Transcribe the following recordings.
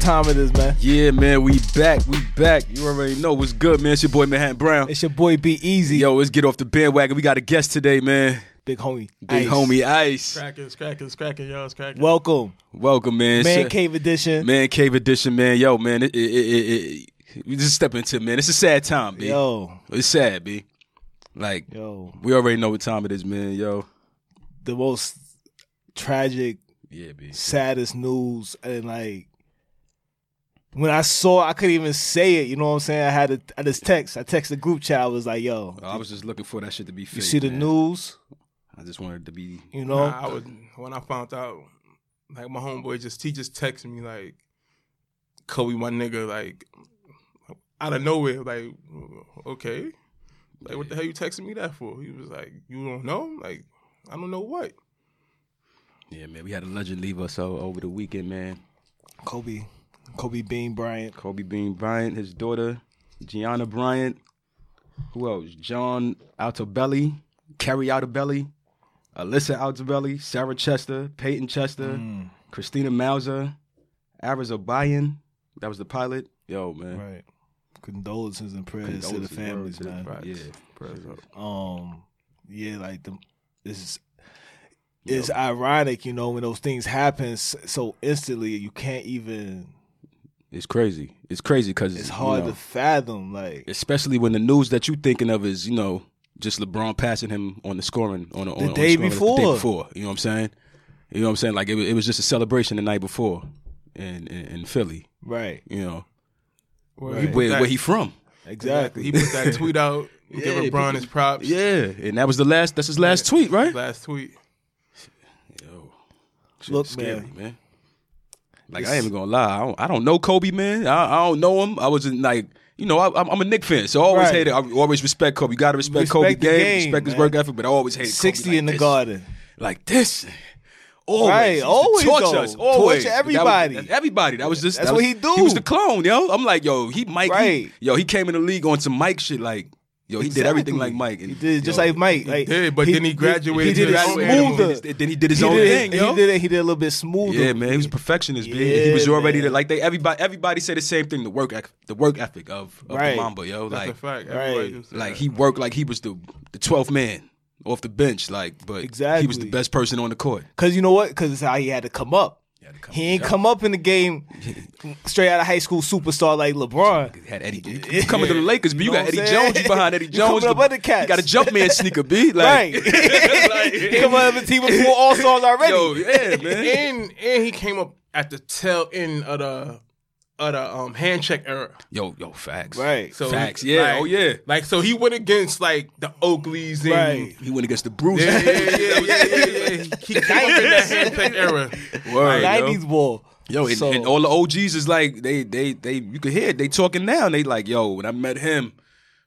time it is, man. Yeah, man, we back. We back. You already know what's good, man. It's your boy Manhattan Brown. It's your boy Be Easy, Yo, let's get off the bandwagon. We got a guest today, man. big homie. Big Ice. homie Ice. Cracking, it's cracking, it's cracking, y'all. It's cracking. Welcome, Welcome, man. man Sh- cave edition. Man Cave Edition, man. Yo, man, it, it, it, it, it, we just step into it, man. It's a sad time, B. Yo, It's sad, B. Like, yo, we already know what time it is, man. Yo. the most tragic, Yeah, B. saddest news, and like when I saw, I couldn't even say it. You know what I'm saying? I had a, I just text. I texted the group chat. I was like, yo, Oh, I was just looking for that shit to be fake. you see the man. news? I just wanted to be. You know, Nah, I would when I found out, like my homeboy just he just texted me like, Kobe, my nigga, like out of nowhere, like okay, like what the hell you texting me that for? He was like, you don't know, like I don't know what. Yeah, man. We had a legend leave us o- over the weekend, man. Kobe, Kobe Bean Bryant. Kobe Bean Bryant, his daughter, Gianna Bryant. Who else? John Altabelli, Carrie Altabelli, Alyssa Altabelli, Sarah Chester, Peyton Chester, Mm. Christina Mauser, Ariza Bayan. That was the pilot. Yo, man. Right. Condolences and prayers Condolences, to word the families, to the man. Right. Yeah. um yeah like the this is it's ironic you know when those things happen s- so instantly you can't even It's crazy. It's crazy because it's hard to fathom like especially when the news that you thinking of is you know just LeBron passing him on the scoring on the, on, on day scoring The day before. before, you know what I'm saying? You know what I'm saying? Like it, wa- it was just a celebration the night before in in, in Philly. right You know Where, Right. put where that- where he from? exactly He put that tweet out, giving Bron his props. Yeah, and that was the last. That's his last tweet, right? Last tweet. Yo, Look, scary, man. Like I ain't even gonna lie, I don't, I don't know Kobe, man. I, I don't know him. I was in, like, you know, I, I'm- I'm a Nick fan, so I always Right. hated. I always respect Kobe. You gotta respect, Respect Kobe the game, game, respect his man. work ethic, but I always hated Kobe 60 like in the this. garden like this. Always, Right, He used to always, torture though. us, always Torture everybody. That was- everybody. That was just That's that what was- he do. He was the clone, yo. I'm like, yo, he Mike. he- Right. yo, he came in the league on some Mike shit, like, yo, he did everything like Exactly. Mike. and- he did just yo, like mike like did, but then he he, graduated to did it that smoother animal. Then he did his he own did it- thing, yo. he did it he did it a little bit smoother Yeah, man, he was a perfectionist. man. Yeah, he was already man. there. like they everybody everybody said the same thing. The work ec- the work ethic of, of Right. the Mamba, yo, That's like a fact. right. Everybody just said like that. he worked like he was the the twelfth man off the bench, like but he was Exactly. the best person on the court. Because you know what? Because it's how he had to come up. had to come he ain't come up in the game straight out of high school superstar like LeBron. Had Eddie you coming to the Lakers, but you know got what Eddie I'm saying? Jones. You behind Eddie You Jones. coming up the- under cats. You got a Jumpman sneaker, b like, Right. he come up with a team of four All Stars already. yo, yeah, man. and and he came up at the tail end of the of the um hand check era. Yo, yo, facts. Right. So Facts, yeah, like- oh, yeah. Like so he went against like the Oakleys and Right. He went against the Bruce. yeah, yeah, yeah, yeah, yeah, yeah. He came up in that hand check era. Word, yo. 90s ball. Yo, and, So- and all the OGs is like they they they you could hear it. they talking now. And they like, yo, when I met him,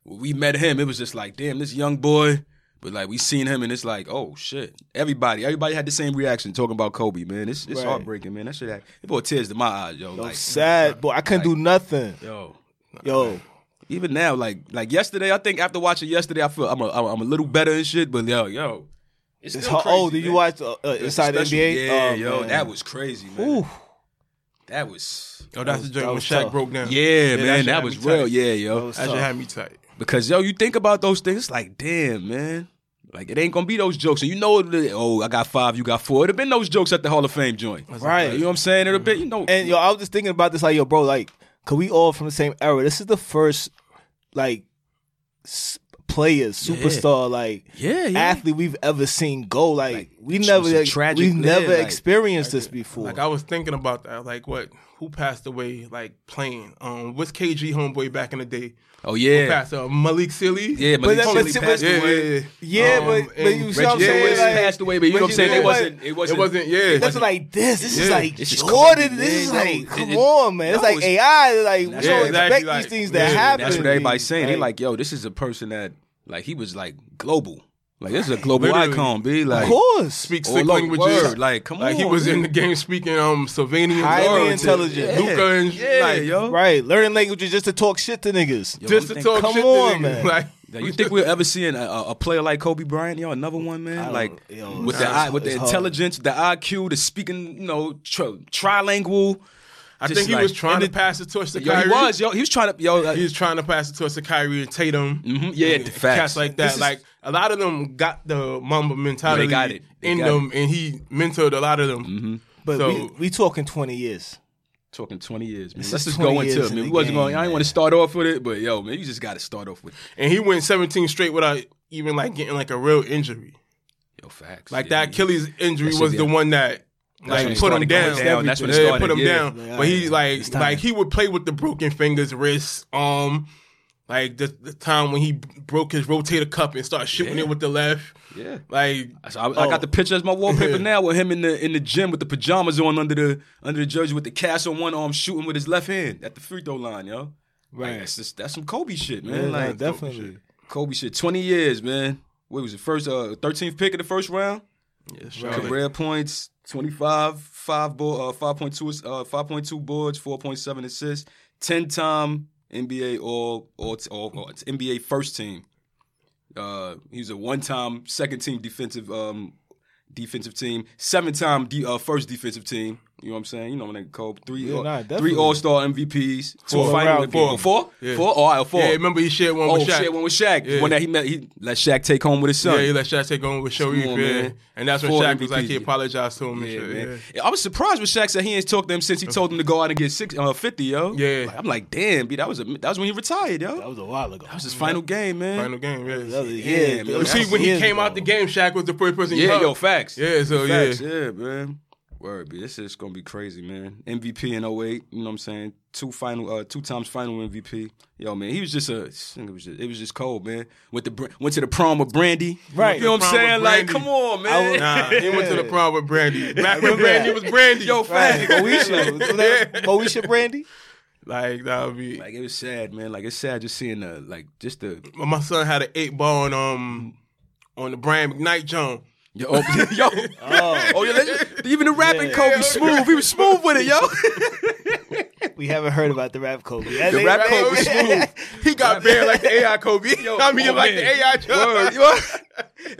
when we met him, it was just like, damn, this young boy. But like we seen him and it's like, oh shit. Everybody, everybody had the same reaction talking about Kobe, man. It's it's Right. heartbreaking, man. That shit act- it brought tears to my eyes, yo. I'm like sad, boy. I couldn't do nothing. yo. Yo, Even now, like like yesterday, I think after watching yesterday, I feel I'm a I'm a little better and shit, but yo, yo. it's still how old? crazy, Did you man. watch uh, uh, It's Inside the special. NBA? Yeah, Oh, yo, man. that was crazy, man. Ooh. That was Oh, that's the that joint when was Shaq tough. broke down. yeah, that man, shit that had was me tight. real. Yeah, yo. That was That tough. should have me tight. Because yo, you think about those things, it's like, damn, man. Like it ain't gonna be those jokes. And you know the- oh, I got five, you got four. It'd have been those jokes at the Hall of Fame joint. Right. You know what I'm saying? It'd have been, you know, And yo, I was just thinking about this, like, yo, bro, like, cause we all from the same era. This is the first, like, s- players, superstar, like, Yeah, yeah. athlete we've ever seen go. Like, we it's never, a like, tragic we've thing, never like- experienced this before. Like I was thinking about that. Like what? Who passed away? Like playing? Um, what's KG homeboy back in the day? oh yeah. Passed uh, Malik Silly. Yeah, Malik that- but Silly see- but- passed yeah, away. yeah, yeah. yeah, Um, but, but you and see what I'm Reggie saying? Willis Like, passed away, but you know what I'm saying? you It know what? wasn't it wasn't It wasn't. Yeah, That's like this. This is Yeah. like It's just Jordan. Kobe, this is man. like, Yo, come it- on, man. that It's like was- AI. Like we Yeah, don't exactly, expect like- these things yeah, to happen. That's what everybody's saying. They like, yo, this is a person that like he was like global. Like this is a global Literally. icon, B. Like of course. speak all six over languages. word. Like, come Like on, he was man. in the game speaking um Sylvanian, Highly words and intelligent. Luca and yeah, like yo. Right, learning languages just to talk shit to niggas. Yo, just I'm thinking- to talk come shit. to on, niggas. man. Like Now, you think we're ever seeing a, a a player like Kobe Bryant? Yo, another one, man. don't- Like yo, with it's the hard. I, with the It's hard. intelligence, the IQ, the speaking, you know, tri- trilingual. I Just think he like- was trying and to it- pass it torch to Yo, Kyrie. he was. Yo, he was trying to. Yo, uh, He was trying to pass it torch to Kyrie and Tatum. Mhm, yeah, and facts. Cats like This that. is- like a lot of them got the Mamba mentality They got it. Mm-hmm. They in got them, and he mentored a lot of them. But So- we, we talking twenty years. talking 20 years, man. This Let's is just go 20 into years it, in man. We the wasn't game, going. I didn't man. want to start off with it, but yo, man, you just got to start off with And he went 17 straight without even like getting like a real injury. yo facts. Like Yeah, that Achilles injury That should was be the a- one that when like it put him started going down. down. That's when it Yeah, started, put him yeah. down. Yeah, but he yeah. It's like time. like he would play with the broken fingers, wrists, arm. Like the, the time when he broke his rotator cuff and started shooting Yeah. it with the left. Yeah. Like So I, I got the picture as my wallpaper now with him in the in the gym with the pajamas on under the under the jersey with the cast on one arm shooting with his left hand at the free throw line, yo. Right. Right. that's, just, that's some Kobe shit, Yeah, man. no, like definitely. Kobe shit. Twenty years, man. What was it? First, uh, thirteenth pick of the first round. Charlotte. Career points, 25, five bo- uh, 5.2, uh, 5.2 boards, 4.7 assists, 10 time NBA all, all, all, all- it's NBA first team. Uh, he was a one time second team defensive um, defensive team, seven time de- uh, first defensive team. You know what I'm saying? You know what they call three Yeah, all- nah, definitely. three All Star MVPs, two Four final round MVP. four. four, Yeah. four, all right, four. Yeah, remember he shared one oh with Shaq. shit, one with Shaq, Yeah. one that he met. He let Shaq take home with his son. yeah, he let Shaq take on with Sharif, Come on, yeah. man. and that's when Four Shaq was like MVPs, he yeah. apologized to him. and Yeah, shit, man. yeah. I was surprised with Shaq said he ain't talked to him since he told him to go out and get six, uh, 50, yo. Yeah. Like, I'm like, damn, B, that was a, that was when he retired, yo. That That was a while ago. was his final game, man. Final game, yeah. That was- yeah, Yeah, that man. was See, when he years came out ago. the game, Shaq was the first person. yeah, he hugged. yo, facts. Yeah, so facts, yeah. yeah. man. Word, B, this is gonna be crazy, man. MVP in 08, you know what I'm saying? Two final, uh, two times final MVP. Yo, man, he was just a, it was just, it was just cold, man. Went to Br- went to the prom with Brandy, Right. You know what I'm Prom with saying? Like, Brandy. come on, I man. was- Nah, he went to the prom with Brandy. Back when remember Brandy that. was Brandy. yo, Right, facts. Moesha, Wasn't that Moesha Brandy. like that would be. Like it was sad, man. Like it's sad just seeing the like just the my son had an eight ball on um on the Brian McKnight John. yo oh, yo Oh. oh yeah. let's- Even the rapping Yeah. Kobe smooth. He was smooth with it, yo. Oh, We haven't heard about the rap Kobe. the rap Kobe smooth. He got banned like the AI Kobe. I mean, oh, like man. the AI John. Word, yo.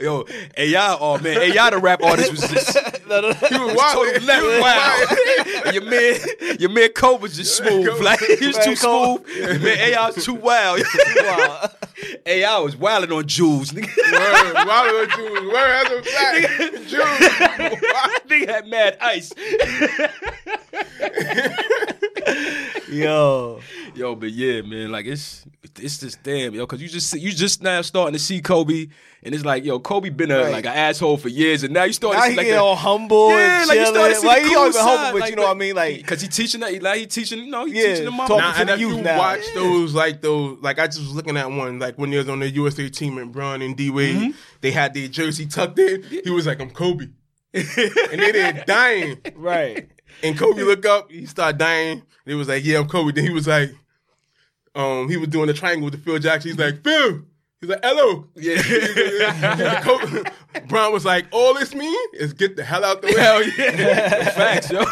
yo, AI, oh man, AI the rap artist was just no, no, no. was wow. wildin'. He was wow. your man, your man Kobe was just smooth. Kobe. Like he was Man, too Kobe. smooth. Your man AI was too wild. Wow. AI was wilding on Jules, nigga. Word, why would you? Word, that's a fact. Jews. Why- nigga had mad ice. Yo, Yo, but yeah, man, like it's it's just damn, yo, cause you just see- you just now starting to see Kobe, and it's like, yo, Kobe been a Right. like an asshole for years, and now you starting now to he see like get the- all humble yeah, and like you chilling. starting to see like the he cool always been humble, side, but like, you know what I the- mean. Like cause he teaching that, like he teaching, you know, he Yeah, teaching the mom. talking Nah, to and the if you youth now. watch those like those like I just was looking at one like when they was on the USA team and Bron and D Wade, they had their jersey tucked in. He was like, "I'm Kobe," and they there dying. right, And Kobe look up, he started dying. They was like, "Yeah, I'm Kobe." Then he was like, um, he was doing the triangle with the Phil Jackson. He's like, "Phil." He's like, "Hello." Yeah. Kobe, Bron was like, "All this mean is get the hell out the way." Hell yeah, facts, yo.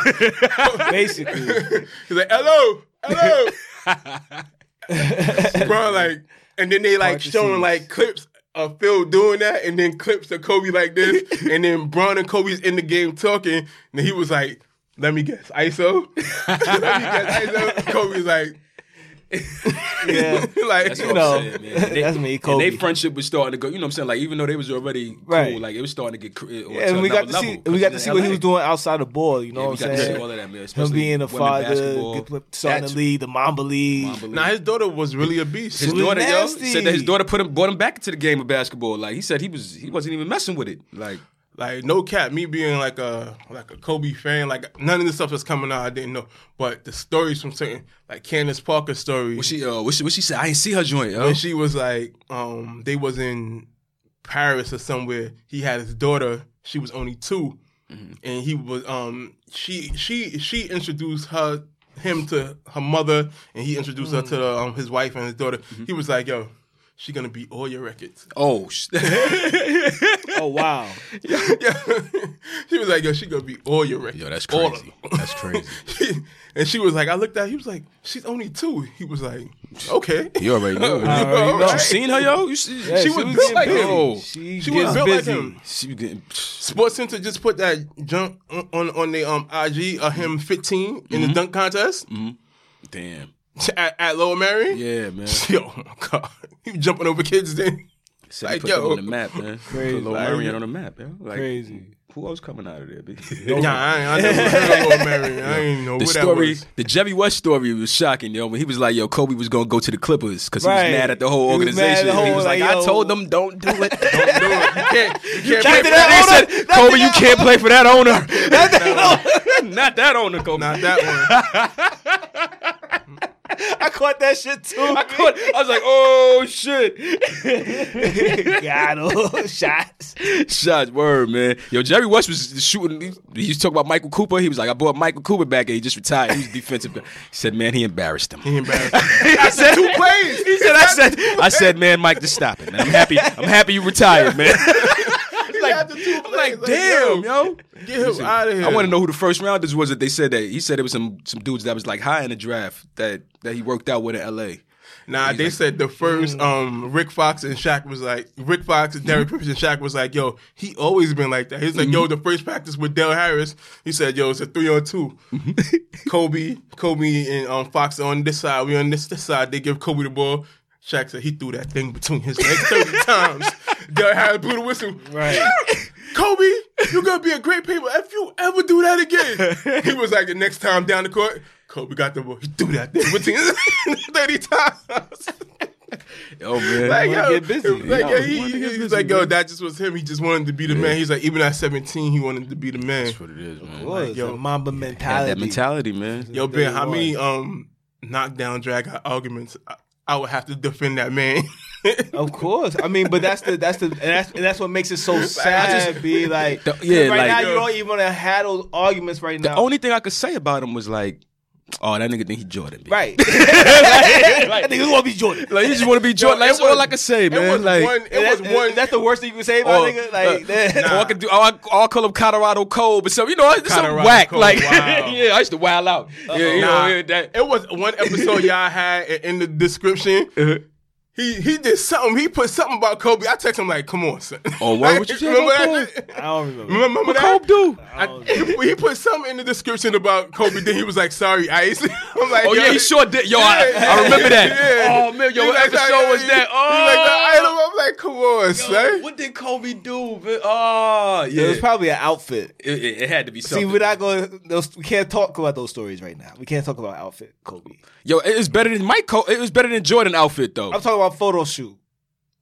basically. He's like, hello, hello. Bro, like, and then they like Part to showing see. like clips of Phil doing that, and then clips of Kobe like this, and then Bron and Kobe's in the game talking, and he was like, let me guess, ISO? let me guess, ISO? Kobe's like, Yeah, like, That's You what know, I'm saying, man. And they- that's me, And Kobe. their friendship was starting to go. You know what I'm saying? Like even though they was already cool, Right. like it was starting to get. Cr- yeah, and we got to see we got to see what he was doing outside the ball. You know Yeah, we what got I'm to see saying? all of that, man. Him especially being a women father, basketball. get, starting That's- the league, the Mamba League. Mamba League. nah, his daughter was really a beast. His It was daughter, yo, nasty. said that his daughter put him brought him back into the game of basketball. Like he said, he was he wasn't even messing with it. Like Like no cap, me being like a like a Kobe fan, like none of the stuff that's coming out, I didn't know. But the stories from certain, like Candace Parker's story, what she uh what she what she said? I ain't see her joint. Yo. when she was like, um, they was in Paris or somewhere. He had his daughter. She was only 2 Mm-hmm. and he was um, she she she introduced her Mm. Mm-hmm. him to her mother, and he introduced her to the, um, his wife and his daughter. He was like, yo. she gonna beat all your records. Oh, sh- Oh wow. Yeah, yeah. she was like, yo, she gonna beat all your records. Yo, that's All of crazy. them. That's crazy. She- and she was like, I looked at. He was like, she's only two. He was like, okay. You already know. All You right. you seen her, yo? You see, Yeah, she, was getting built like busy. him. Yo. She, She gets was built like busy. him. she getting. Sports Center just put that junk on on, on the um IG of him 15 in Mm-hmm. the dunk contest Damn. at, at Lower Mary. yeah, man. Yo, my God, he was jumping over kids then. Said Like, put yo. them on the map, man. Crazy. Put Lil Marion on the map, yo. Like, Crazy. Who else coming out of there? B? Nah, I ain't, I never heard of Lower Mary. I ain't know The what that story, was. the Jerry West story was shocking, yo. When he was like, yo, Kobe was going to go to the Clippers because he Right. was mad at the whole He was mad at organization. the he whole, was like, like, I yo. told them, don't do it. Don't do it. You can't. You Check it can't. Play out. for That they said, Kobe, you can't play for that owner. Not that on the Kobe. Not that one. I caught that shit too. I But I was like, oh shit. Got him. Shots. Shots, word, man. Yo, Jerry West was shooting. He he used to talk about Michael Cooper. He was like, I bought Michael Cooper back and he just retired. He was defensive. guy. He said, man, he embarrassed him. He He embarrassed. said, Two plays. he said, I said, I said, man, Mike, just stop it, man. I'm happy. I'm happy you retired, man. He like, two plays. like, damn, yo. Get him out of here. I want to know who the first rounders was that they said that. He said it was some some dudes that was like high in the draft that that he worked out with in L.A. Nah, they said the Mm. first um Rick Fox and Shaq was like Rick Fox and Mm-hmm. Derek Griffin and Shaq was like, yo, he always been like that. He's like, yo, the first practice with Dale Harris, he said, yo, it's a three on 2 Mm-hmm. Kobe, Kobe and um Fox are on this side, we on this, this side. They give Kobe the ball. Shaq said he threw that thing between his legs thirty times. Dale Harris blew the whistle. Right. Kobe, you're gonna be a great paper if you ever do that again. he was like the next time down the court, Kobe got the ball. He threw that thing between his 30 times. Oh man, like, wanted yo, to get busy. Like, Yo, yo, he he, wanted to get he's busy, like, yo, that just was him. He just wanted to be the man. He's like, even at 17, he wanted to be the man. that's what it is, man. Was yo. a Mamba Had mentality. that mentality, man. Yo, Ben, how Day one. many um knockdown drag out arguments I, I would have to defend that man? Of course, I mean, but that's the that's the and that's, and that's what makes it so sad. be like, The- yeah, right like- now you don't even want to have those arguments right The now. only thing I could say about him was like, oh, that nigga think he Jordan. B. right, I think it's gonna be Jordan. Like he just want to be Jordan. like it that's all was- I could say, it man. was Like. one. And It was that's, one. That's the worst thing you can say about Or, nigga. Like, uh, that. or I could do. Or I, or I call him Colorado Cold, but so you know, it's some Colorado whack. Cold, like, wow. yeah, I used to wild out. Yeah, you Nah, know, yeah, that, it was one episode y'all had in- in the description. Uh-huh. He he did something. He put something about Kobe. I text him like, "Come on, son." Oh, what- what you said Remember about that? I don't remember. Remember, remember what that? Kobe do? I- he, he put something in the description about Kobe. Then he was like, "Sorry, Ice." I'm like, Oh yo, yeah, he sure did. Yo, I, I remember that. Oh man, yo, He what like, episode was he- that? he like, I Oh, don't, I'm like, "Come on, son." what did Kobe do? man? Oh, yeah, It was probably an outfit. it, it- it had to be See, something. we're not going. Those we can't talk about those stories right now. We can't talk about outfit Kobe. Yo, it was better than Mike. Co- it was better than Jordan outfit though. I'm talking about photo shoot.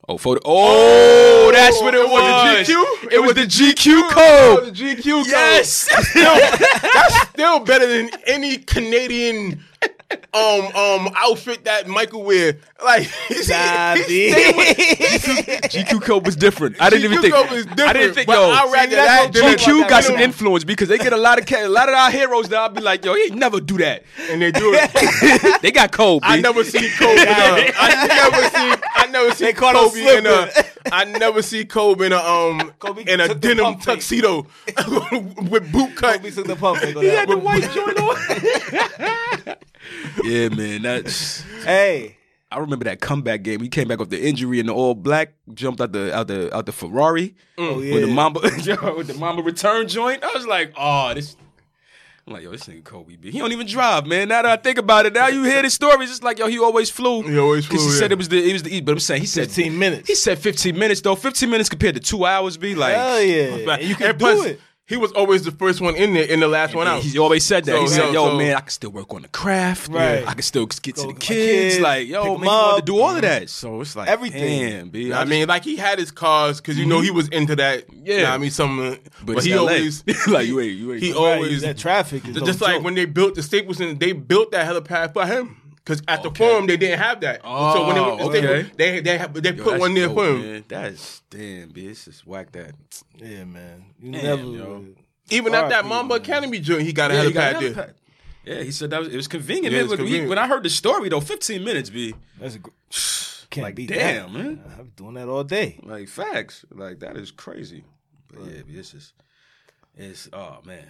oh, photo. Oh, that's what it, it was. was the GQ? It, was, the GQ Oh, the code. GQ. code. Yes. that's still better than any Canadian um um outfit that Michael wear. Like, he- Nah, he B. stayed with- GQ code was different. I didn't even GQ think. code was different, I didn't think. but Yo, I'd rather See, that's that what than- GQ GQ got some Minimum. influence because they get a lot of ca- a lot of our heroes that I'll be like, yo, he ain't never do that. and they do it. they got cold. I B. never see Kobe. in a- I never see. I never see They caught him Kobe in a. slipping. I never see Kobe in a um Kobe in a took the denim pump fake. tuxedo with boot cut. Kobe took the pump. They go He down. had the white joint on. Yeah, man. That's. Hey, I remember that comeback game. He came back off the injury in the all black, jumped out the out the out the Ferrari oh yeah. with the Mamba yo, with the Mamba return joint. I was like, oh, this. I'm like, yo, this nigga Kobe B. He don't even drive, man. Now that I think about it, now you hear the stories, it's like, yo, he always flew. He always Because he flew, said yeah. it was the it was the E, but I'm saying he said 15 minutes. He said 15 minutes though. 15 minutes compared to two hours be like. Hell yeah. And you can do plus, it. He was always the first one in there and the last one And out. He always said that. So, he said, so- "Yo, so- man, I can still work on the craft. Right. I can still get to Go the with my kids. kids, Like, pick yo, 'em man, you wanted up. to do all of that. So it's like Everything. Damn, B. I just- mean, like he had his cars because you know he was into that. Mm-hmm. Yeah. Yeah, I mean, some. uh, But, it's he LA. always like you ain't you ain't. he Right, always that traffic is no just like joke. when they built the Staples Center, they built that helipad for him. Cause at the forum they didn't have that, so when they went to Oh, okay. Staples, they they have- they Yo, put that's one there dope, for him. man. That's damn, B. It's just whack that. Yeah, man. You yo. never. Even at that R.I.P., Mamba Academy joint, he got a Yeah, he got helipad there. another pack. Yeah, he said that was, it was convenient. Yeah, man. it's Look, he- convenient. when I heard the story though, 15 minutes, B. That's a gr- can't Like, beat damn, that. man. I'm doing that all day. Like facts. Like that is crazy. But yeah, this is it's oh man.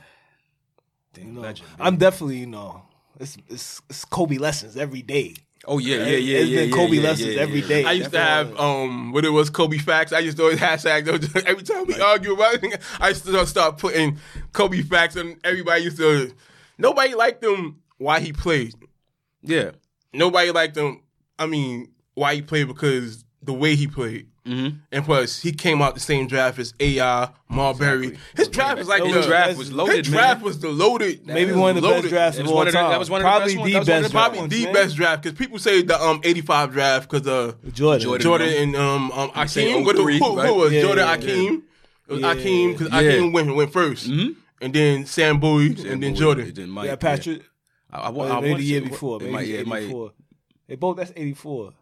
Damn You know, legend. I'm baby. definitely, you know, it's, it's it's Kobe lessons every day. Oh yeah, yeah, It's yeah. been yeah, yeah, Kobe yeah, lessons yeah, every yeah. day. I used to have um what it was Kobe facts. I used to always hashtag those every time we argue about anything. I used to start putting Kobe facts, and everybody used to. Nobody liked him why he played. Yeah. Nobody liked him. I mean, why he played because the way he played. Mhm. And plus, he came out the same draft as AI Marbury. His draft was like That the draft was his loaded. man. draft was the loaded. Maybe one of the best loaded. drafts That of was all one of the- time. that was one of the Probably best the ones. That was one best of the- draft. Probably ones, the man. best draft because people say the um eighty five draft because uh Jordan. Jordan. Jordan Mel- and um, um say Akeem. What, 03, who, who right? was Yeah, Jordan yeah, Akeem? It was Yeah. Akeem because Yeah. Mm-hmm. Akeem went went 1st Hmm? and then Sam Bowie, and then Jordan. Then Mike. Yeah, Patrick. I, I, Or wa- I maybe wanna the year say- before. it Maybe might- yeah, it might- 84. They both, that's 84.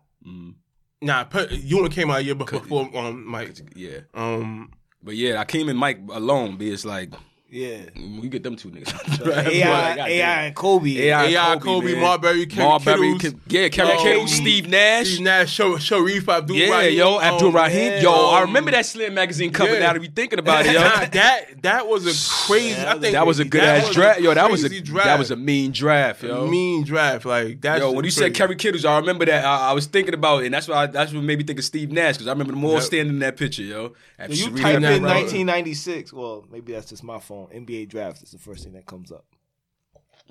Nah, per, Ewan came out a year be- before um Mike. Yeah, Um, but yeah, Akeem and Mike alone. Be it's like Yeah. you get them two niggas. AI, Like, goddamn. AI and Kobe. AI, AI, Kobe, man. Marbury, Ken Marbury, Kittles, Kid- yeah, Kerry um, Kittles, Steve Nash. Steve Nash, Sho- Sharif Abdul Yeah, Rahim. yo, Abdul um, Rahim. yeah, Yo, I um, remember that Slim magazine cover yeah. now that we thinking about it, yo. Nah, that that was a crazy. I think that was a good ass was draft. a Yo, that was a crazy that was a mean draft, yo. mean draft. Like that's Yo, when you said crazy. Kerry Kittles, I remember that. I, I was thinking about it, and that's why I, that's what made me think of Steve Nash because I remember them all Yep. standing in that picture, yo. After You reading type in that that, right? 1996. Well, maybe that's just my phone. NBA draft is the first thing that comes up.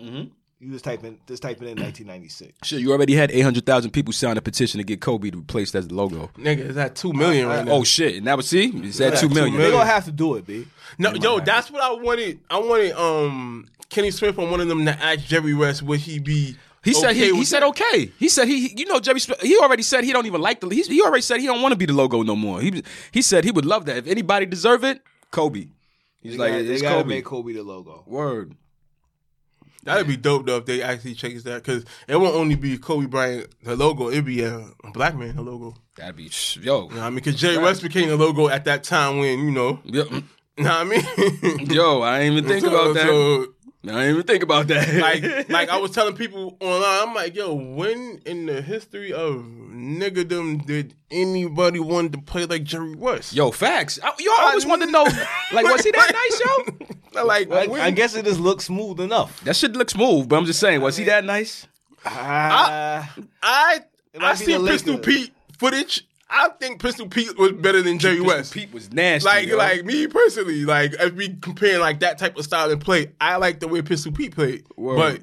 Mhm. You just type in, just type it in 1996. Shit, you already had 800,000 people sign a petition to get Kobe replaced as the logo. nigga, it's at two million right now. Oh, shit. And that was, see, it's at 2 million. They gonna have to do it, b. No, yo, that's what I wanted. I wanted um Kenny Smith on one of them to ask Jerry West would he be. He said okay he, he with said that? okay. He said he you know Jerry Sp- he already said he don't even like the he, he already said he don't want to be the logo no more. He he said he would love that if anybody deserve it, Kobe. He's They like gotta, they it's gotta Kobe. make Kobe the logo. Word. that'd be dope though if they actually changed that because it won't only be Kobe Bryant the logo, it'd be a black man the logo. That'd be yo. You know what I mean, because Jerry West became the logo at that time when you know. Yo, You know what I mean? yo, I didn't even think So- about that. so, I didn't even think about that. like, like I was telling people online, I'm like, yo, when in the history of niggerdom did anybody want to play like Jerry West? yo, facts. I, yo, I always wanted to know like was he that nice, yo? like, I, when- I guess it just looks smooth enough. That shit looks smooth, but I'm just saying, was he that nice? Ah, I might I be see the Pistol Lakers. Pete footage. I think Pistol Pete was better than Jerry West. Pete was nasty. like yo. like me personally, like if we comparing like that type of style and play, I like the way Pistol Pete played. Word. But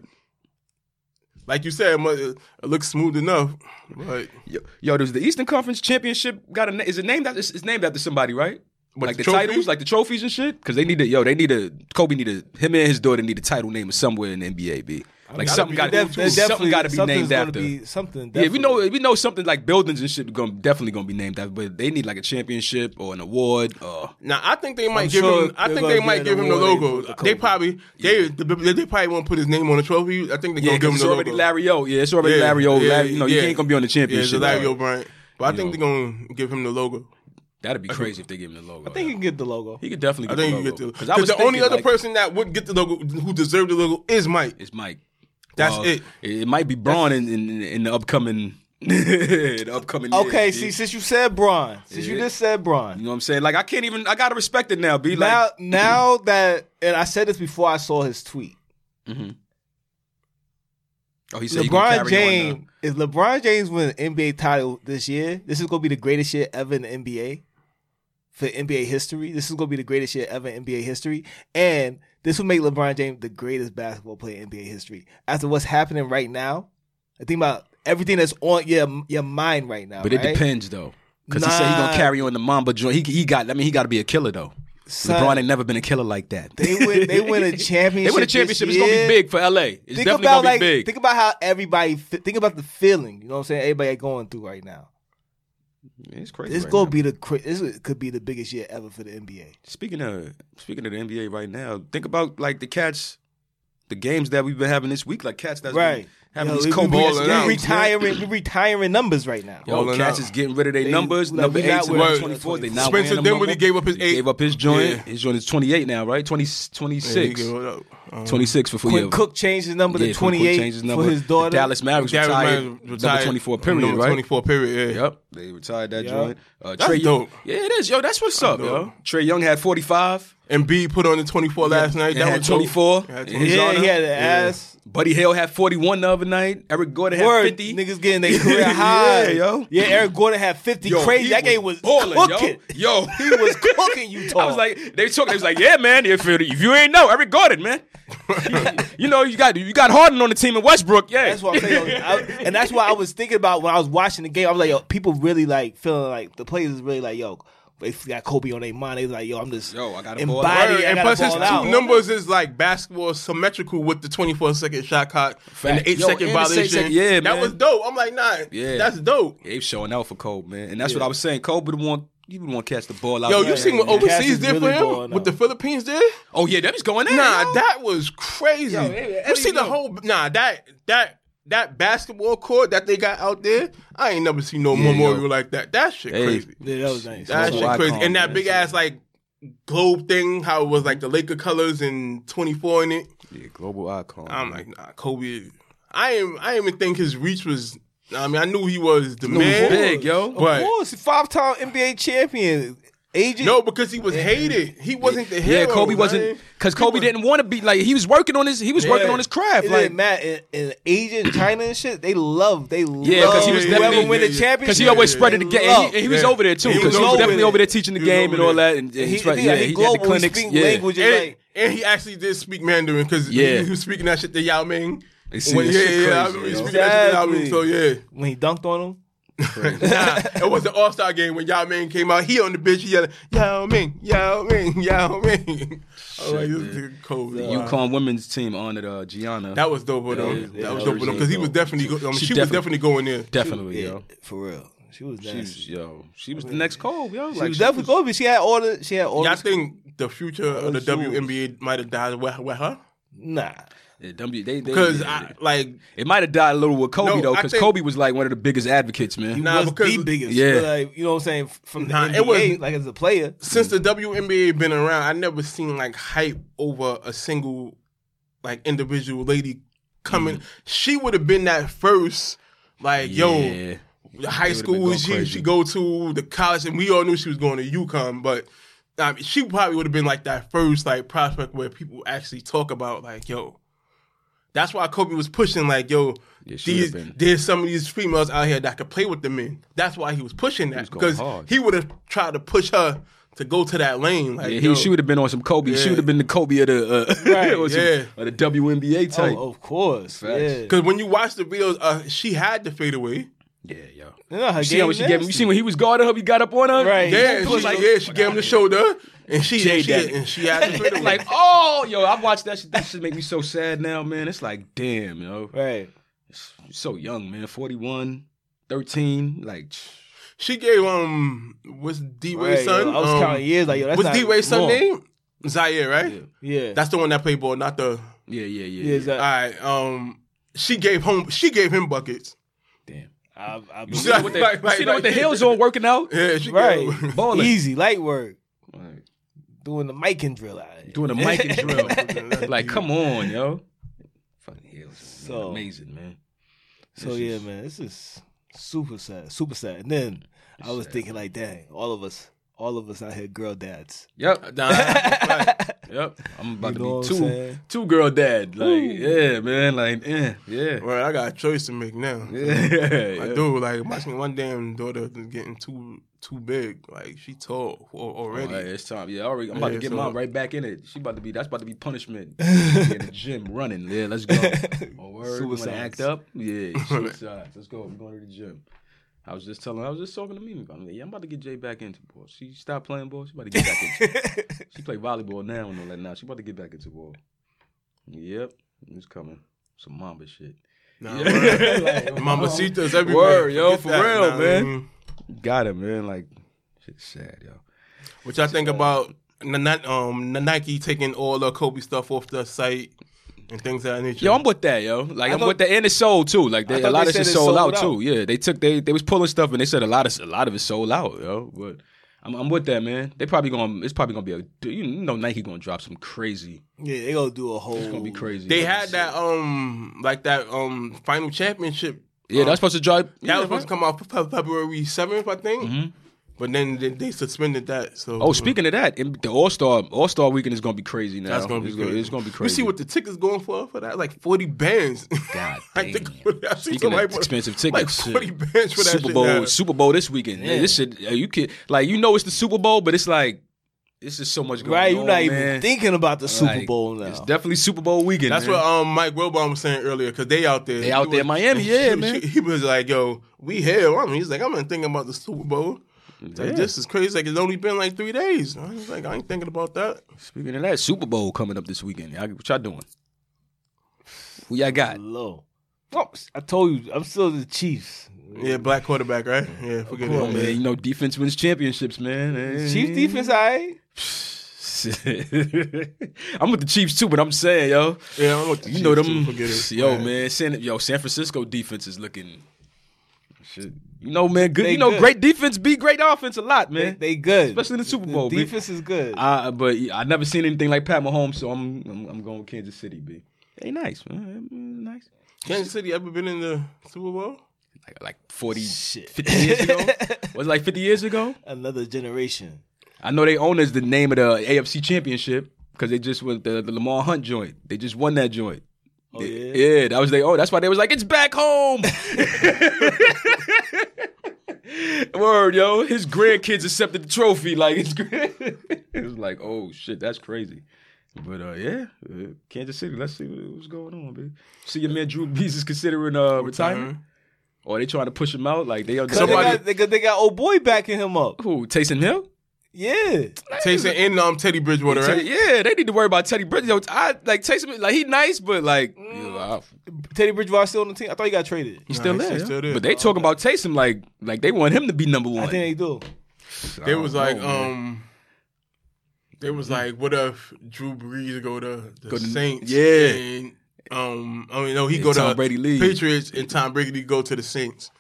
like you said, it mu- it looks smooth enough. But Yo, yo, there's the Eastern Conference Championship got a na- is it named after it's it's named after somebody, right? What, like the the trophy? titles, like the trophies and shit. Because they need to, yo, they need a Kobe need a him and his daughter need a title name somewhere in the NBA. B like something be got cool, Def- too. they something definitely- got to be something's named gonna after. be- something. yeah, we definitely. know we know something like buildings and shit gonna, definitely gonna be named after, but they need like a championship or an award. Or now I think they might give sure him. I they're think gonna they get might give him the awarded logo. with the They Kobe. probably they they, they probably won't put his name on the trophy. I think they're yeah, gonna give 'cause him it's the already logo. Larry O. Yeah, it's already Larry O. Larry, you know, yeah. you ain't gonna be on the Yeah, championship. it's Larry though. O'Brien. But I think they're gonna give him the logo. That'd be crazy if they gave him the logo. I think you can get the logo. he could definitely. I Get think you the get the logo. because I was the only thinking, other like, person that would get the logo who deserved the logo is Mike. It's Mike. That's Well, it. It might be Braun in, in in the upcoming the upcoming. Okay, years, see, B. since you said Braun, since you Yeah. just said Braun, you know what I'm saying? Like I can't even. I gotta respect it now. Be like, now, now that, and I said this before I saw his tweet. Mm-hmm. oh, he said you gonna LeBron carry James, On, if LeBron James wins an NBA title this year, this is gonna be the greatest year ever in the NBA for NBA history. This is gonna be the greatest year ever in NBA history, and this will make LeBron James the greatest basketball player in NBA history. After what's happening right now, I think about everything that's on your your mind right now. but it right? depends though, because he said he Nah. gonna carry on the Mamba joint. He he got. I mean, he got to be a killer though. Son, LeBron ain't never been a killer like that. They win. They win a championship. They win a this championship. It's gonna be year. big for LA. It's think definitely about gonna be like big. think about how everybody fe- think about the feeling. You know what I'm saying? Everybody going through right now. it's crazy. This right gonna now. be the cra- this could be the biggest year ever for the NBA. Speaking of speaking of the NBA right now, think about like the cats, the games that we've been having this week, like cats that Right. Having Yo, these we- Kobe we- balling we out. retiring, we retiring numbers right now. Yo, Rolling cats out. is getting rid of their numbers. like, number we not eight to wearing number the 24. They 24. not Spencer wearing them Dinwiddie number. gave up his He eight. Gave up his joint. Yeah. His joint is 28 now, right? 20, 26. Yeah, hold up. Um, 26 for four Quinn years. Cook changed his number to Yeah, Quinn Cook twenty eight changed his for his The daughter. Dallas Mavericks Gavin retired, Murray number retired. 24 period, Number right? 24 period, yeah. Yep, they retired that joint. Uh, That's Trey dope. Young. Yeah, it is. Yo, that's what's up, yo. dope. Trey Young had 45. And B put on the 24 last night. and That had was 24. Dope. Yeah, And Yeah, 24. he had an ass. Buddy Hill had 41 the other night. Eric Gordon had Word, 50. niggas getting their career high. Yeah, yo. Yeah, Eric Gordon had fifty. Yo, crazy. he That game was balling, yo. cooking. Yo. he was cooking. You talk. I was like, they talking. They was like, yeah, man. If, it- if you ain't know, Eric Gordon, man. you know, you got you got Harden on the team in Westbrook. Yeah, That's what I'm saying. yo. I- and that's why I was thinking about when I was watching the game. I was like, yo, people really like feeling like the players is really like, yo, they got Kobe on their mind. They was like, yo, I'm just Yo, I gotta ball out. embody. I and gotta plus, his two ball out. numbers is like basketball symmetrical with the 24 second shot clock and Fact. the eight Yo, second and the six violation. second- yeah, that man. was dope. I'm like, nah, Yeah. that's dope. They showing out for Kobe, man, and that's what I was saying. Kobe would want he would want to catch the ball out. Yo, you Oh, Yeah. seen what yeah. Cass overseas is did for really him? balling What the out. Philippines did? Oh yeah, that was going in. Nah, yo. that was crazy. Yo, hey, you see the yo. whole nah that that that basketball court that they got out there. I ain't never seen no Yeah, memorial yo. like that. That shit Hey. crazy. Yeah, that was nice. That That's shit why I crazy. call And it, that big man. ass like globe thing, how it was like the Laker colors and 24 in it. yeah, global icon. Oh I'm man. like, nah, Kobe. I am. I didn't even think his reach was. I mean, I knew he was the He was man. big, yo. Of But course, five time NBA champion. Agent. no, because he was hated. He wasn't the hero. yeah, Kobe man. wasn't because Kobe didn't want to be like he was working on his he was working on his craft It like didn't matter. In, in Asia, China, and shit, they love. They love. Yeah, 'cause he was whoever definitely- win yeah, the yeah. championship. because he always spread it They the game. love. And he, and he was Yeah. over there too He because was he was over definitely there. over there teaching the He was game and over all there. that. And, and He, he's right, he, yeah, he, he had global. the clinics. He speak yeah. languages And, like and he actually did speak Mandarin because Yeah. he, was speaking that shit to Yao Ming. They see that yeah, shit yeah, I crazy, remember he yo. speaking that shit to Yao Ming. So Exactly. yeah, when he dunked on him. nah, it was the All Star game when Yao Ming came out. He on the bench, he yelling Yao Ming, Yao Ming, Yao Ming. Oh, like, this nigga Kobe. The UConn women's team honored uh, Gianna. That was dope with him. yeah, that was that was dope with him really because he was dope. definitely. go- I mean, She she, was definitely- definitely going in. definitely, Yeah, yo. for real. She was She nasty. She, was, yo, she was the next Kobe, yo. Like, was definitely Kobe. She had all the. She had all. Y'all the, think the future of the Those dudes. WNBA might have died with, with her? nah. yeah, W- they- they- Because yeah, yeah. like it might have died a little with Kobe No, though, I because think- Kobe was like one of the biggest advocates, man. Nah, was because- the biggest. yeah. Like, you know what I'm saying? From the Nah, it NBA, was- like as a player. since the WNBA been around, I never seen like hype over a single like individual lady Mm. coming. She would have been that first. Like yo, yeah. the high would've been school going she crazy. she go to the college, and we all knew she was going to UConn, but. I mean, she probably would have been like that first like prospect where people actually talk about like yo. That's why Kobe was pushing like yo. Yeah, she these, would've been- there's some of these females out here that could play with the men. That's why he was pushing that going because hard. he would have tried to push her to go to that lane. Like Yeah, yo, he, she would have been on some Kobe. She Yeah. would have been the Kobe of the uh, Right, or some- yeah. or the WNBA type. Oh, of course. Facts. Yeah. Because when you watch the videos, uh, she had the fadeaway. Yeah, yo. You know, her You see how game she gave him, you nasty. see when he was guarding her, he got up on her. Right. Yeah, she, was like, yeah, she gave him the shoulder, and she, Jay and she, Daddy. and she had the fadeaway. like, oh, yo, I watched that shit. That shit make me so sad now, man. It's like, damn, yo. Right. You're so young, man. 41, 13, like she gave um, what's D Way's Right, son? yo, I was um, counting years. Like, yo, that's what's not D Way's son long. name? Zaire, right? Yeah. Yeah. That's the one that played ball, not the. yeah, yeah, yeah. yeah, yeah. exactly. All right, um, she gave home. She gave him buckets. Damn. I, I You believe see that with the, Right, right, you see that with the right. heels on working out? Yeah, she Right. gave him. Balling. Easy, light work. Like, Doing the mic and drill out. here. doing the mic and drill. like, Dude. come on, yo. Fucking heels. Man. So- Amazing, man. So yeah, man, this is super sad. Super sad. And then I was thinking like, dang, all of us, all of us out here girl dads. Yep. Nah, right. Yep. I'm about You know what to I'm be two saying? two girl dad. Like, yeah, man. Like, eh, yeah. Well, I got a choice to make now. Yeah, I do. Like my one damn daughter is getting too too big. Like she tall al- already. Alright, it's time. Yeah, already. I'm about to Yeah, get so- mine right back in it. She about to be. That's about to be punishment. Be in the gym running. Yeah, let's go. Oh, word. You wanna Suicides. act up? Yeah, suicides. let's go. I'm going to the gym. I was just telling. I was just talking to Mimi about. it. yeah, I'm about to get Jay back into ball. She stopped playing ball. She about to get back into. it. She play volleyball now and all that. Now she about to get back into ball. Yep, it's coming. Some mamba shit. Nah, Yeah. word. Like, Mamacitas everywhere. Word, yo, Forget for real, nah, man. mm. Got it, man. Like, shit's sad, yo. What y'all think about n- not um N- Nike taking all the Kobe stuff off the site? and things of that nature. Yo, I'm with that, yo. Like I I'm thought- with that, and it sold too. Like I they, thought a lot they of shit said it sold, sold out, out. too. Yeah, they took they they was pulling stuff, and they said a lot of a lot of it sold out, yo. But I'm, I'm with that, man. They probably gonna it's probably gonna be a you know Nike gonna drop some crazy. Yeah, they gonna do a whole. It's gonna be crazy. they had that um like that um final championship. Yeah, that's supposed to drop. That was supposed to come out Fe- February seventh, I think. But then they, they suspended that. So Oh, speaking of that, it- the All Star All Star weekend is gonna be crazy now. That's gonna be it's crazy. it's gonna be crazy. You see what the tickets going for for that? Like forty bands. God I think damn. I seen Speaking somebody of put- expensive Like tickets, shit. forty bands for that Super shit Bowl now. Super Bowl this weekend. Man, This shit uh, you can like you know it's the Super Bowl, but it's like it's just so much going Right, on. you're not even man. thinking about the Super Like, Bowl now. It's definitely Super Bowl weekend. That's man. what um Mike Wilbon was saying earlier because they out there. They out He there in Miami, yeah, he- man. He was like, "Yo, we here." I mean, he's like, "I'm not thinking about the Super Bowl. Like, this is crazy. Like, it's only been like three days. I was like, I ain't thinking about that. Speaking of that, Super Bowl coming up this weekend. Y'all, what y'all doing? Who y'all got? low. Oh, I told you, I'm still the Chiefs. Yeah, black quarterback, right? Yeah, forget Come it. on, man. You know defense wins championships, man. Chiefs defense, I I'm with the Chiefs too, but I'm saying, yo, Yeah, I'm with the you know Chiefs, them. too. Forget it. Yo, Yeah. man, San, yo, San Francisco defense is looking. Shit. You know, man, good. They you know, good. great defense beat great offense a lot, they, man. they good, Especially in the Super Bowl, B. defense is good. I, but I never seen anything like Pat Mahomes, so I'm I'm, I'm going Kansas City, b. They nice, man. Mm, Nice. Kansas City ever been in the Super Bowl? like, like 40, Shit. 50 years ago. was it like 50 years ago? Another generation. I know they own is the name of the AFC Championship because they just went the, the Lamar Hunt joint. They just won that joint. Oh yeah. yeah. that was they own. That's why they was like, it's back home. Word, yo. His grandkids accepted the trophy. Like, it's grand- it was like, oh, shit, that's crazy. But uh, yeah, uh, Kansas City. Let's see what- what's going on, baby. See, your man Drew Brees is considering uh, retirement, or they trying to push him out. Like they are Somebody, Somebody- they, got, they, got, they got old boy backing him up. who Taysom Hill. Yeah. Taysom and um Teddy Bridgewater, Teddy- right? Yeah, they need to worry about Teddy Bridges. Yo, I like Taysom. Like he nice, but like yo, I- Teddy Bridgewater still on the team. I thought he got traded. he's still Nah, he's there. still yo. there. But they talking about Taysom like like they want him to be number one. I think they do. They was Oh, like, um, they was like, what if Drew Brees go to the Mm. to- Saints? yeah. and, um, I mean, no, he And go to Tom Brady leave. Patriots, and Tom Brady go to the Saints.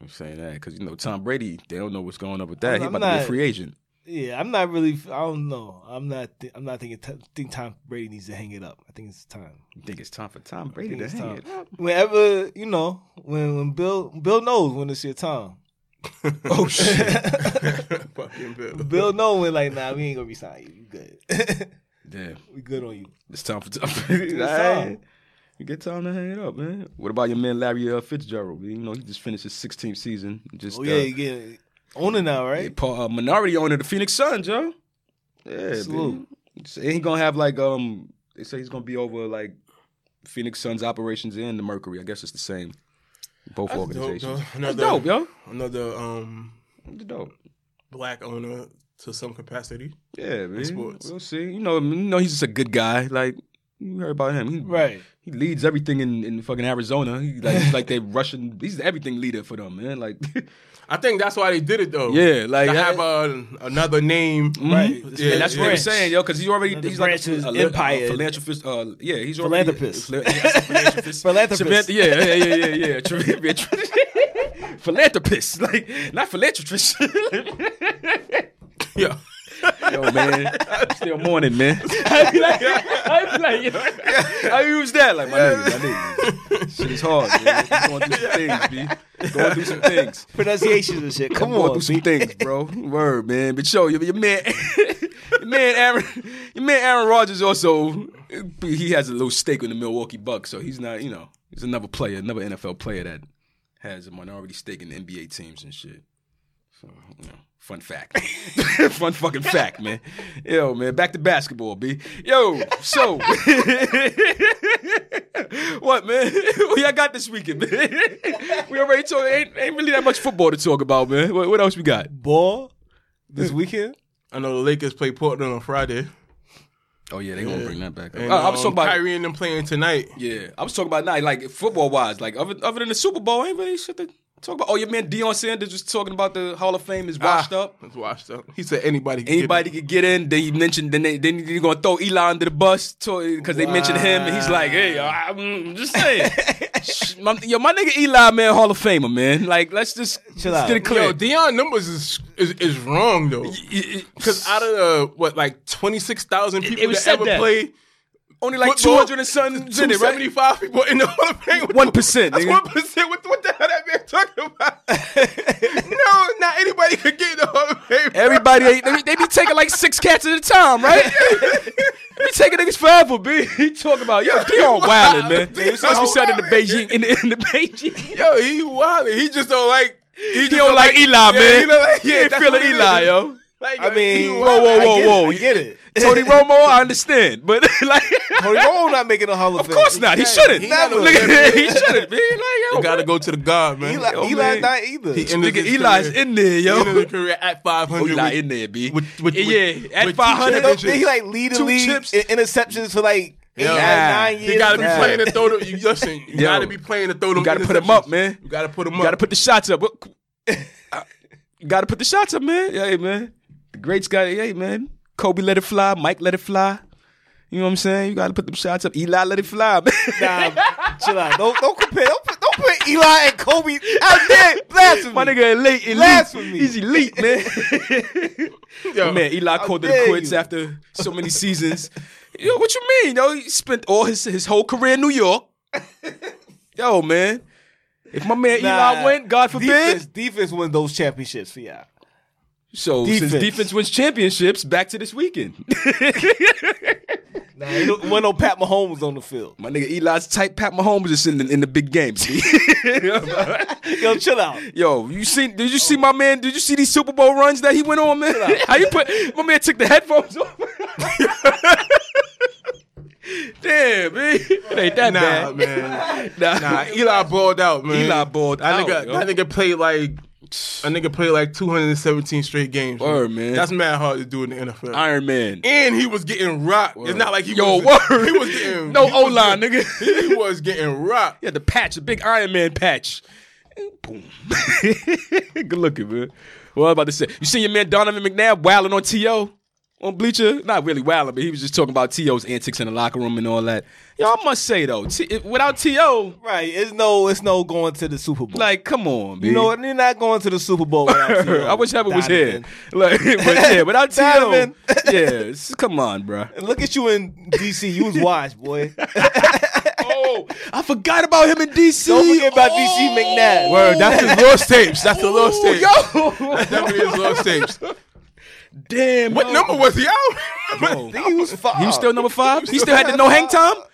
I'm saying that because you know Tom Brady. They don't know what's going up with that. He I'm about to be a not- free agent. Yeah, I'm not really. I don't know. I'm not. Th- I'm not thinking. T- think Tom Brady needs to hang it up. I think it's time. You think it's time for Tom I Brady think to it's hang time. it up? Whenever you know, when when Bill Bill knows when it's your time. Oh shit! Fucking Bill. Bill know when like, nah, we ain't gonna resign you. You good? Damn, we good on you. it's time for Tom Brady. It's Alright. time. Get time to hang it up, man. What about your man Larry uh, Fitzgerald? You know he just finished his 16th season. Just Oh uh, yeah, you get on it now, Hey, right? Paul, uh, minority owner of the Phoenix Suns, yo. Yeah, Salute. B. So He gonna have like um. They say he's gonna be over like Phoenix Suns operations and the Mercury. I guess it's the same. Both That's dope, organizations. though. That's Another, dope, yo. another um That's dope. black owner to some capacity. Yeah, man. sports. We'll see. You know, you know, he's just a good guy. Like you heard about him, he, Right. He leads everything in, in fucking Arizona. He like he's like they Russian. He's the everything leader for them, man. Like I think that's why they did it though. yeah, Mm. like to I- have uh, another name, Right. Yeah, And Mm-hmm. that's what I'm branch. saying, yo, because he's already Another he's like branch is a, a, empire. a philanthropist. Uh, yeah, he's already Philanthropist. Phila- yeah, that's a philanthropist. Philanthropist. Samantha- yeah, yeah, yeah, yeah, yeah. Tri- yeah, tri- philanthropist, like not philanthropist. yeah. yo, man, I'm still mourning, man. I be like, I be like, yo, I use that, like my nigga, my nigga. Shit is hard, man. He's going through some things, b. Going through some things. Pronunciations and shit. Come I'm going on, through some things, bro. Word, man. But yo, your, your man, your man Aaron, your man Aaron Rodgers also he has a little stake in the Milwaukee Bucks, so he's not, you know, he's another player, another NFL player that has a minority stake in the NBA teams and shit. So, you know, fun fact, fun fucking fact, man. Yo, man, back to basketball, b. Yo, so what, man? what y'all got this weekend, man? we already told ain't, ain't really that much football to talk about, man. What, what else we got? ball this weekend. I know the Lakers play Portland on Friday. Oh yeah, they gonna bring that back. And, Uh, I was um, talking about Kyrie and them playing tonight. yeah, I was talking about now, like football wise, like other, other than the Super Bowl, ain't really shit that Talk about oh your man Deion Sanders was talking about the Hall of Fame is washed Ah, up. It's washed up. He said anybody. Can Anybody could get in. Then you mentioned then they then you're gonna throw Eli under the bus because they mentioned him and he's like, hey, I- I'm just saying. Sh- my, yo, my nigga Eli, man, Hall of Famer, man. Like, let's just Chill let's out. get it Get it. Yo, clear. Deion numbers is is, is wrong though. Y- y- Because out of the, what like twenty six thousand people it was that said ever that. played, only like two football, hundred and something did it, right? 275 people in the Hall of Fame. What the- 1%, That's nigga. one percent. What, what the hell that man talking about? no, not anybody could get in the Hall of Fame. Everybody, they, they, they be taking like six cats at a time, right? they be taking niggas forever, b. He talk about yo, Dion wildin', man. Deion This must be said in the wildin'. Beijing, in the, in the Beijing. Yo, he wild. He just don't like. He don't like Eli, Yeah, man. he don't like- he yeah, ain't that's feeling what it Eli, is. yo. like I mean, he whoa, whoa, wild. I whoa, get it, whoa. I get it. Tony Romo, I understand, but like, Tony Romo not making the Hall of of Fame. course not. He shouldn't. He, not a- he shouldn't, man. Like, yo, You gotta go to the God, man. Eli, Yo, Eli man. not either. He ended nigga, his Eli's career. in there, He ended yo. Oh, his career at five hundred. Eli in there, b. with- with- yeah, with- at with two five hundred. Yo, championships. did he like lead the Two league chips. in interceptions for like eight, Yeah. nine, nine years? You gotta be Yeah. playing to throw them. You, listen, you Yo. gotta be playing to throw them. You gotta put 'em interceptions. up, man. You gotta put them You up. gotta put the shots up. What- I- you gotta put the shots up, man. Hey, man. The greats got it. Hey, man. Kobe let it fly. Mike let it fly. You know what I'm saying? You gotta put them shots up. Eli let it fly, man. Nah, chill out. Don't don't compare. Don't put, don't put Eli and Kobe out there. Blasphemy. My nigga elite, elite. Blasphemy. He's elite, man. Yo, man, Eli How called it dare quits you. after so many seasons. Yo, what you mean? Yo, he spent all his his whole career in New York. Yo, man. If my man Eli Nah. went, God forbid. defense, defense win those championships for y'all. So Defense. since defense wins championships, back to this weekend. Nah, ain't no- when no Pat Mahomes on the field. My nigga Eli's type Pat Mahomes is in the, in the big game. see? Yo, chill out. Yo, you seen? Did you see my man? Did you see these Super Bowl runs that he went on, man? How you put? My man took the headphones off. Damn, man, it ain't that nah, bad. man. Nah, Nah, Eli balled out, man. Eli balled I out. nigga, yo. that nigga played like a nigga played like 217 straight games. Word, man. That's mad hard to do in the NFL. Iron Man. and he was getting rocked. It's not like he Yo, was. word. He was getting No he was O line, getting- nigga. He was getting rocked. Yeah, the patch, the big Iron Man patch. Boom. Good looking, man. What I'm about to say. You see your man Donovan McNabb wilding on T.O. on Bleacher? Not really wilding, but he was just talking about T.O.'s antics in the locker room and all that. Yo, I must say, though, T- without T.O., Right. It's no. It's no going to the Super Bowl. like, come on, man. you know, what? you're not going to the Super Bowl. without T.O. I wish Heaven was here. Donovan. Like, but yeah, without T.O., Donovan. yeah, it's- come on, bruh. Look at you in DC. You was washed, boy. Oh, I forgot about him in Oh. D.C. Don't forget about DC McNabb. Word, that's his lost tapes. That's the lost Oh, tapes. yo. Definitely his lost tapes. Damn. What yo. number was he out? I think he was five. He was still number five. He still still had the had no hang five. time.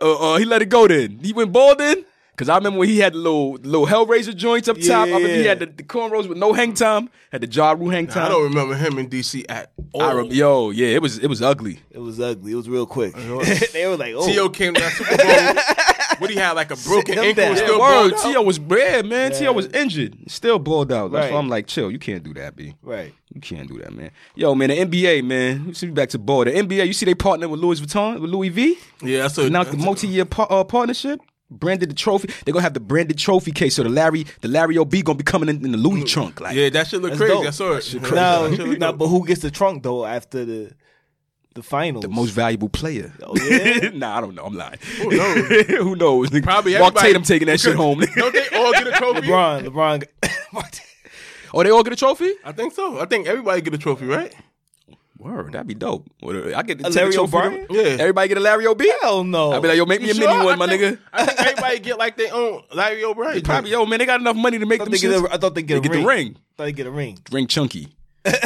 Uh, uh, he let it go then. He went bald then. Cause I remember when he had the little little Hellraiser joints up top. I remember he Yeah. had the, the cornrows with no hang time. Had the Ja Rule hang time. I don't remember him in DC at all. I rem- yo, yeah, it was it was ugly. It was ugly. It was real quick. they were like, oh, T.O. came to that Super Bowl. what he had like a broken him ankle down. and Yeah, still Word, balled out? T.O. was bad, man. T.O. was injured. Still balled out. That's Right. why I'm like, chill, you can't do that, B. right. You can't do that, man. Yo, man, the NBA, man. You see back to ball. The NBA, you see they partnered with Louis Vuitton, with Louis V. Yeah, so announced the multi-year par- uh, partnership. Branded the trophy. They're gonna have the branded trophy case. So the Larry, the Larry O B gonna be coming in, in the Louis trunk. Like, Yeah, that shit look That's crazy. dope. I saw it. crazy. Now, That shit look now, dope. but who gets the trunk though after the the finals? the most valuable player. Oh, yeah? nah, I don't know. I'm lying. Who knows? Who knows? nigga? Probably Mark everybody- Tatum taking that shit home. nigga. Don't they all get a trophy? LeBron, LeBron. got- oh, they all get a trophy. I think so. I think everybody get a trophy, right? Word, that'd be dope. What, I get to A take Larry a trophy. O'Brien? to- Yeah. Everybody get a Larry O B. Hell Oh, no. I'd be like, yo, make me a Sure, mini one, I my think- nigga. I think everybody get like their own Larry O'Brien. Probably, yo, man, they got enough money to make I thought them they get shits. a, I thought they get They a get the ring. ring. thought they get a ring. Ring chunky. but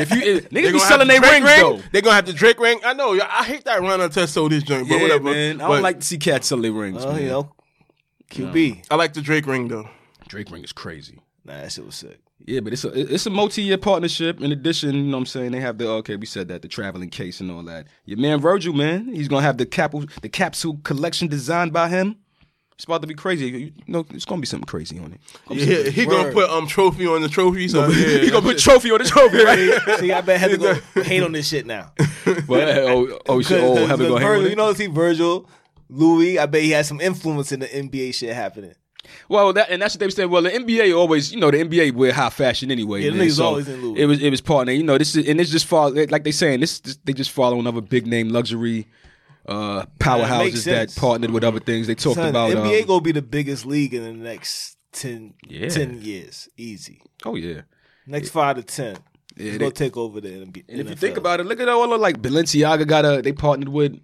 if you if, They niggas be gonna selling have their the Drake rings ring. though. They gonna have the Drake ring. I know. yo, I hate that run on test sold this joint, but Yeah, whatever. man. I don't But like to see cats sell their rings. Oh, man. you know, QB. I like the Drake ring though. Drake ring is crazy. Nah, that shit was sick. Yeah, but it's a it's a multi-year partnership. In addition, you know what I'm saying, they have the okay, we said that the traveling case and all that. Your man Virgil, man, he's gonna have the capsule the capsule collection designed by him. It's about to be crazy. You know, it's gonna be something crazy on it. Yeah, he gonna Word. put um trophy on the trophy. So yeah, he gonna put trophy on the trophy, right? See, I bet Heather go hate on this shit now. but, uh, oh, oh, shit, Cause- oh, cause- have cause it go hang Virgil, with you it. know, see Virgil, Louis. I bet he had some influence in the NBA shit happening. Well, that, and that's what they said. Well, the NBA always, you know, the NBA wear high fashion anyway. Yeah, man. niggas So always in Louis. It was it was part of that. You know, this is and it's just follow like they saying this, this they just follow another big name luxury uh makes powerhouses sense. that partnered with other things. They talked Son, about NBA um, gonna be the biggest league in the next 10, Yeah. 10 years, easy. oh yeah. Next five to ten, Yeah, it's they- gonna take over the NBA. And if you think about it, look at all the like Balenciaga got a they partnered with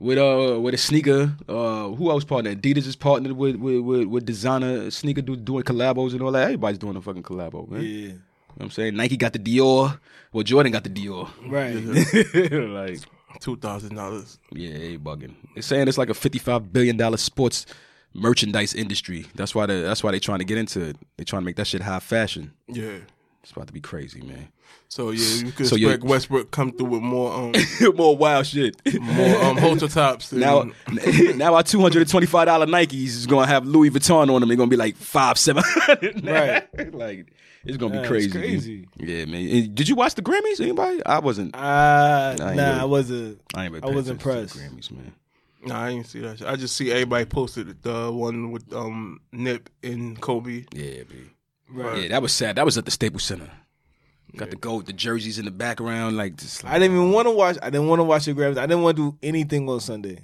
with uh with a sneaker. Uh who else partnered? Adidas is partnered with with with, with designer sneaker dude doing collabos and all that. Everybody's doing a fucking collabo, man. You know yeah, what I'm saying? Nike got the Dior. Well Jordan got the Dior. right. like Two thousand dollars. Yeah, they bugging. They're saying it's like a fifty-five billion dollar sports merchandise industry. That's why they that's why they trying to get into it. They trying to make that shit high fashion. Yeah. It's about to be crazy, man. So yeah, you could So you're- expect Westbrook come through with more um More wild shit. more um halter tops. than- Now, now our two hundred and twenty-five dollar Nikes is gonna have Louis Vuitton on them. They're gonna be like five seven hundred. Right. like it's gonna be Nah, it's crazy. dude. crazy. Yeah, man. And Did you watch the Grammys? Anybody? I wasn't. Uh, I ain't nah, really- I wasn't. I, ain't really I paying was attention to the impressed. Grammys, man. nah, I didn't see that. Shit. I just see everybody posted it, the one with um Nip and Kobe. Yeah, man. Right. Yeah, that was sad. That was at the Staples Center. Got the gold, the jerseys in the background, like just like, I didn't even want to watch. I didn't want to watch the Grammys. I didn't want to do anything on Sunday,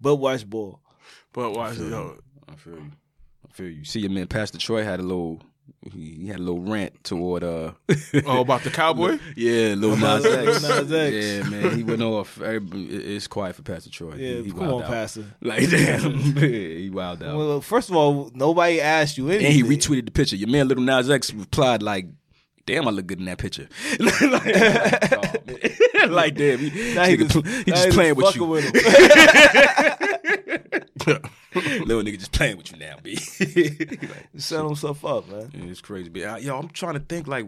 but watch ball. But watch it out. I feel you. I feel you. See, your man Pastor Troy had a little, he, he had a little rant toward uh, Oh, about the cowboy. yeah, Lil Nas Lil X. Nas X. Yeah, man, he went off. Everybody- it- It's quiet for Pastor Troy. Yeah, he, he come wilded on, out. Pastor. Like damn, he wild out. Well, first of all, nobody asked you anything. and he retweeted the picture. Your man Little Nas X replied like. Damn, I look good in that picture. like, oh, man. Like, damn, he, Now he nigga just, pl- now he just playing with fucking you. him. Little nigga just playing with you now, b. Set himself up, man. Yeah, it's crazy, but I, yo, I'm trying to think. Like,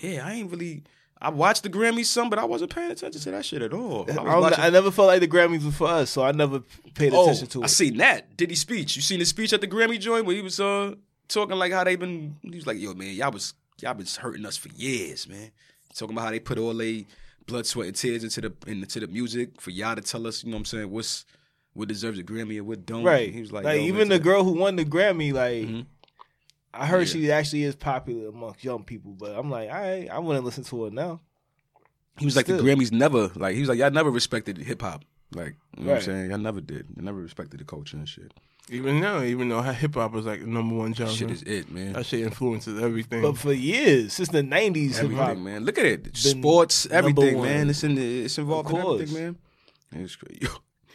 yeah, I ain't really. I watched the Grammys some, but I wasn't paying attention to that shit at all. I I, was don't- watching. I never felt like the Grammys were for us, so I never paid oh, attention to it. I seen that Diddy speech. You seen his speech at the Grammy joint where he was uh talking like how they been. He was like, "Yo, man, y'all was y'all been hurting us for years, man." Talking about how they put all they blood, sweat, and tears into the into the music for y'all to tell us, you know what I'm saying? What's what deserves a Grammy and what don't? Right. He was like, like yo, even the man, girl who won the Grammy, like Mhm. I heard Yeah. she actually is popular amongst young people, but I'm like, all right, I wouldn't listen to her now. He was like the Still. Grammys never like he was like y'all never respected hip hop. Like you know what I'm Right. saying? Y'all never did. Y'all never respected the culture and shit. Even now, even though hip hop is like the number one genre, Uh-huh. Shit is it, man. that shit influences everything. But for years, since the nineties hip hop. Everything, Mm. man. Look at it. Sports, number everything, one. man. It's in the, it's involved Of in everything, man. It's crazy.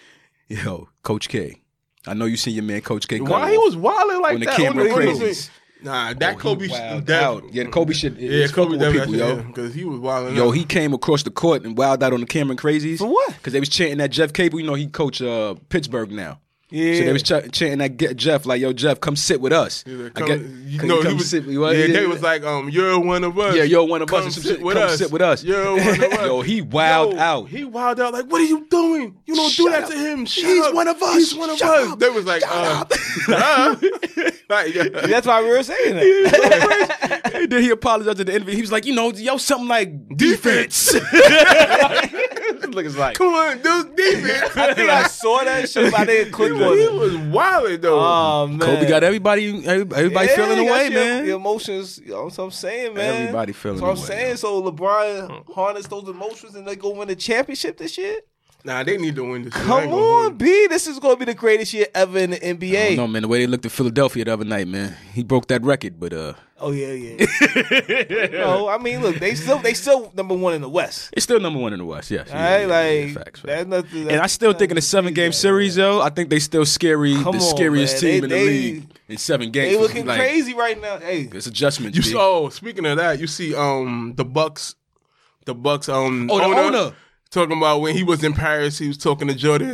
Yo, yo, Coach K. I know you seen your man Coach K. go Why he off was wilding like when the that? on camera the- on the- crazy. Oh, Nah, that he Kobe wowed def- out. Yeah, the Kobe shit. Yeah, Yeah, Kobe Kobe definitely people, yo. because he was wilding. Yo, out. he came across the court and wowed out on the Cameron Crazies. For what? Because they was chanting that Jeff Cable. You know, he coach uh, Pittsburgh now. Yeah. So they was ch- chanting that Ge- Jeff, like, yo, Jeff, come sit with us. He was like, I come- get- you come- know, come he was, sit with us. yeah, Yeah, they yeah. was like, um, you're one of us. Yeah, you're one of us. Come Some sit shit- with come us. sit with us. You're one of us. Yo, he wowed Yo, out. He wowed out. Like, what are you doing? You don't do Shut that up. to him. Shut He's up. one of us. He's one of Shut us. up. They was like, uh, nah. like, yeah. That's why we were saying that. And then he apologized at the end of it. He was like, you know, yo, something like defense. Look, it's like, Come on, dude, defense. I think I saw that shit, but I didn't he click on was, he it. was wilding though. Oh man, Kobe got everybody, everybody Yeah, feeling you got away, your- man. Your emotions, you know what I'm saying, man. Everybody feeling So I'm away, saying, yo. so LeBron harnessed those emotions and they go win the championship this year. nah, they need to win this. shit. I ain't Come gonna on, hold B. This is going to be the greatest year ever in the I NBA. don't know, man. The way they looked at Philadelphia the other night, man. He broke that record, but uh, Oh yeah, yeah. no, I mean, look, they still they still number one in the West. it's still number one in the West. Yes, All right, yeah, yeah, like yeah, facts, facts. that's nothing. And I still think in the seven game series, though, I think they still scary, Come the on, man. scariest team They- in the they- league in seven games. They looking Like, crazy right now. Hey, It's adjustment. You G. saw. Speaking of that, you see, um, the Bucks, the Bucks, um, Oh, the owner. talking about when he was in Paris, he was talking to Jordan,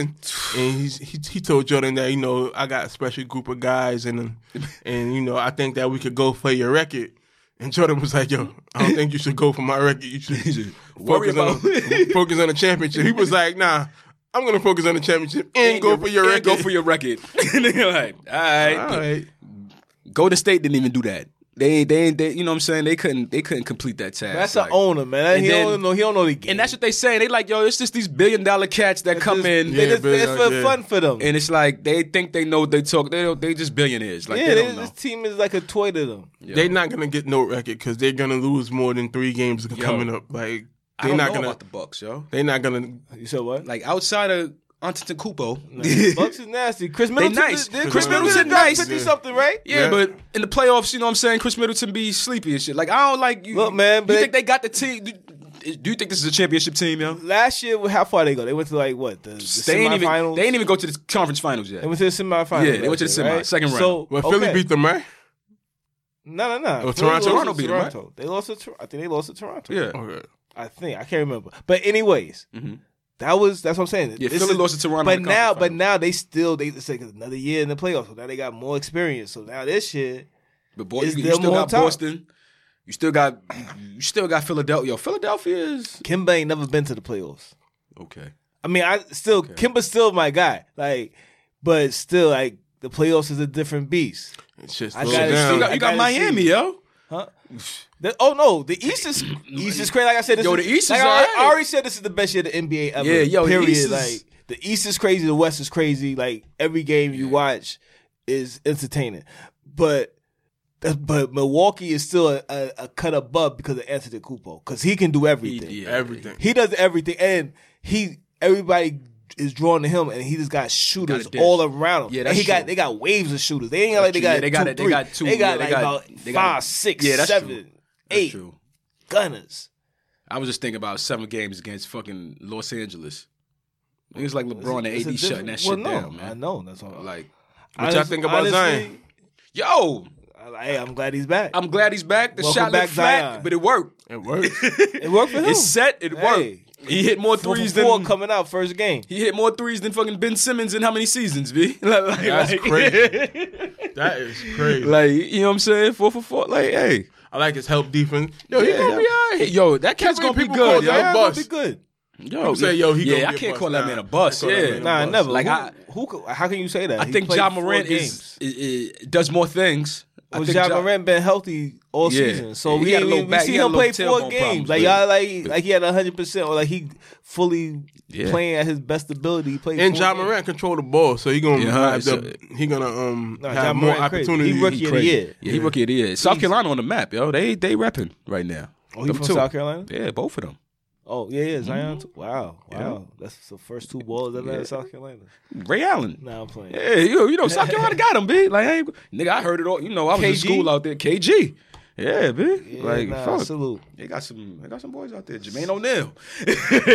and he's, he he told Jordan that you know I got a special group of guys, and and you know I think that we could go play your record. And Jordan was like, "Yo, I don't think you should go for my record. You should, worry focus on about- the, focus on the championship." He was like, "Nah, I'm gonna focus on the championship and, go for your and record. Go for your record. And they're like, all right. All right. Golden State didn't even do that. They, they, they, you know what I'm saying? They couldn't, they couldn't complete that task. That's like, an owner, man. He then- don't know. He don't know the game. and that's what they saying. They like, yo, it's just these billion dollar cats that come in, They Yeah, just, but, it's uh, for yeah. fun for them. and it's like they think they know what they talk. They don't, they just billionaires. Like yeah, they they- don't know. this team is like a toy to them. They're not gonna get no record because they're gonna lose more than three games coming up. Like I they're don't not know gonna. about the Bucks, yo. they're not gonna. You said what? Like outside of Antetokounmpo, Bucks is nasty. Chris Middleton, nice. did- did Chris Middleton drop nice. fifty Yeah. something, right? Yeah, Yeah. but in the playoffs, you know what I'm saying? Chris Middleton be sleepy and shit. Like, I don't like you. Look, man, but- you think they got the team? Do, do you think this is a championship team, yo? Last year, how far they go? They went to like what the, the They ain't, even, semifinals. they ain't even go to the conference finals yet. They went to the semifinals. Yeah, they went to the last semi, year, right? second round. So, Well, Philly okay. beat them, right? No, no, no. Oh, Philly Toronto- lost Toronto to beat 'em, right? Toronto. They lost to. Tor- I think they lost to Toronto. yeah. Okay. I think I can't remember. But anyways, Mhm. that was that's what I'm saying. Yeah, This Philly is- lost to Toronto But in the now, conference but finals. now they still they it's like another year in the playoffs. So now they got more experience. So now this year, But boy, you, It's you them still all got time. Boston. You still got you still got Philadelphia. Yo, Philadelphia is Kimba ain't never been to the playoffs. okay. I mean, I still Kimba's still my guy. Like, but still, like the playoffs is a different beast. It's just I slow gotta down. You see- got, I you got gotta Miami, see. yo. The- oh no, the East is East is crazy. Like I said, this Yo, is, the East is like I, already- I alright. already said this is the best year the NBA ever. Yeah, yo, the period. East is- like the East is crazy. The West is crazy. Like every game you watch is entertaining, but but Milwaukee is still a, a, a cut above because of Anthony Cupo because he can do everything. He, yeah. Everything. does everything, and he everybody. Is drawn to him, and he just got shooters Got a dish. all around him. Yeah, Yeah, that's and he got true. they got waves of shooters. They ain't got like they true. got Yeah, they got two, it. They three. got two. They got Yeah, they like got- about they got- five, six, Yeah, that's true. seven, That's eight true. gunners. I was just thinking about seven games against fucking Los Angeles. It was like LeBron It's a and AD shutting different- that well, shit no, down, man. I know that's all. Like, Like, What y'all think about Zion? yo, Hey, I'm glad he's back. I'm glad he's back. The Welcome shot looked back, flat, Zion. but it worked. It works. it worked for him. It's set. Hey. It worked. He hit more Four for threes four than coming out first game. he hit more threes than fucking Ben Simmons in how many seasons, V? Like, like- That's like- crazy. that is crazy. Like, you know what I'm saying? Four for four. Like, hey, I like his help defense. Yo, he yeah, gonna be all yo. right. Yo, that cat's many gonna be people call good, Zion yo. a That'd bust? be good. Yo, say, yo, he gonna yeah, be I a can't bust. call that Nah, man a I bust. can't call that Yeah, man a Nah, bust. never. Like, Like I- I, who? could- How can you say that? I think John Morant games. is i i- does more things. I Well, think John Ja- Morant been healthy all Yeah. season, so Yeah, he we, had a we, little we back- he see had a him play little four tailbone games. problems, like but- y'all, like like he had hundred percent, or like he fully Yeah. playing at his best ability. He played And four John games. Morant control the ball, so he gonna Yeah, have so- the, he gonna um Nah, have Ja more Morant crazy. opportunities. He rookie of the crazy. year. Yeah, he rookie of the year. South Carolina on the map, yo. They they repping right now. Oh, he Them from two. Mm-hmm. South Carolina. Yeah, both of them. Oh yeah, yeah, Zion. too. Wow, wow, that's the first two balls I've had in South Carolina. Ray Allen. Now I'm playing. Yeah, you, you know South Carolina got him, b. Like, I ain't, nigga, I heard it all. You know, I was in KG? school out there. KG. Yeah, b. Yeah, like, nah, fuck. salute. They got some. They got some boys out there. Jermaine O'Neal.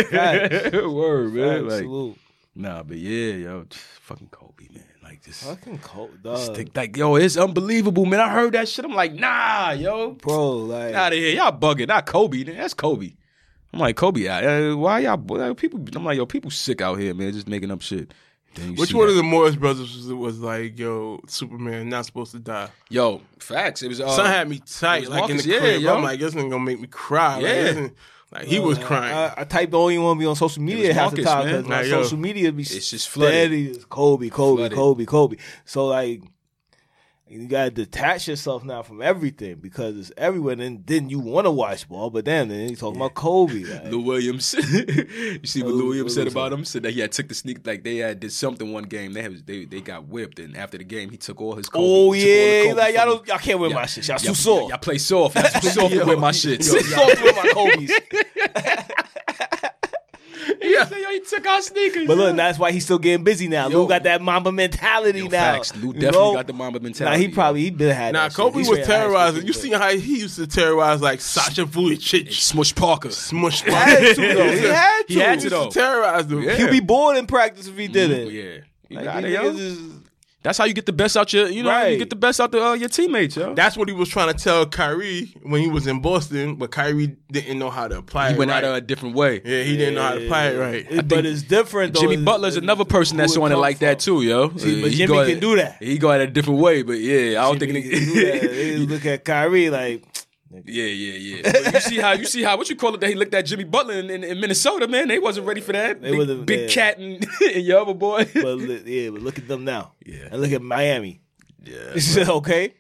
Facts. Word, man. Facts, Like, salute. nah, but yeah, yo, fucking Kobe, man. Like, just. Fucking cold, just dog. think, like, yo, it's unbelievable, man. I heard that shit. I'm like, nah, yo, Bro, like, out of here. Y'all bugging. Not Kobe. Nigga. That's Kobe. I'm like, Kobe, uh, why y'all uh, people? I'm like, yo, people sick out here, man, just making up shit. Then you Which see one that. of the Morris brothers was, was like, yo, Superman not supposed to die? Yo, facts. It was. Uh, Son had me it tight, was like Marcus, in the yeah, crib. yo. I'm like, this ain't gonna make me cry. Yeah. Uh, Like, this ain't- like he was crying. I, I typed the only one be on social media was half the Marcus, time man. because my Nah, yo. social media be it's just just flooded. steady. as Kobe, Kobe, Flooded. Kobe, Kobe. So like, you gotta detach yourself now from everything because it's everywhere. And then, then you want to watch ball, but damn, then you talking about Kobe. like. Oh, Lou Williams. you see what Lou- Lou Williams Lou said about him? Said that he had took the sneak like they had did something one game. They had, they they got whipped, and after the game, he took all his. Kobe, Oh he took all the yeah, Kobe like y'all from don't, y'all can't wear my shit. Y'all Y'all, too soft. y'all play soft. Y'all too soft to wear my shit. Too soft with my Kobe's. yeah, he took our sneakers. But look, that's why he's still getting busy now. Yo. Lou got that Mamba mentality Yo, now. facts. Lou You definitely know? got the Mamba Nah, mentality. he probably he been had. Nah, that shit. Kobe He's was been high school terrorizing. kid, You but- seen how he used to terrorize like Sasha Vujicic, Smush Parker. smush. He had to, though. He had He had to, used though. terrorize them. Yeah. He'd be bored in practice if he didn't. Oh, Yeah. You Like, got these it, yo. niggas is- That's how you get the best out your, you know, how you Right. get the best out the, uh, your teammates, yo. That's what he was trying to tell Kyrie when he was in Boston, but Kyrie didn't know how to apply he it. went right. out a different way. yeah, he didn't know how to apply it right. but it's different though. Jimmy It's- Butler's it's- another person who that's it on it come like that from. too, yo. Uh, See, but He Jimmy go at- can do that. He go out a different way, but yeah, I don't Jimmy think can do that. They nigga. look at Kyrie like yeah, yeah, yeah. But you see how you see how what you call it that he looked at Jimmy Butler in, in, in Minnesota, man. They wasn't ready for that. They big wasn't- big yeah. cat and, and your other boy. but li- yeah, but look at them now. Yeah. And look at Miami. Yeah. okay.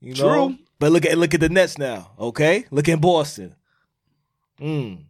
You True. know? But look at look at the Nets now, okay? Look in Boston. Mm.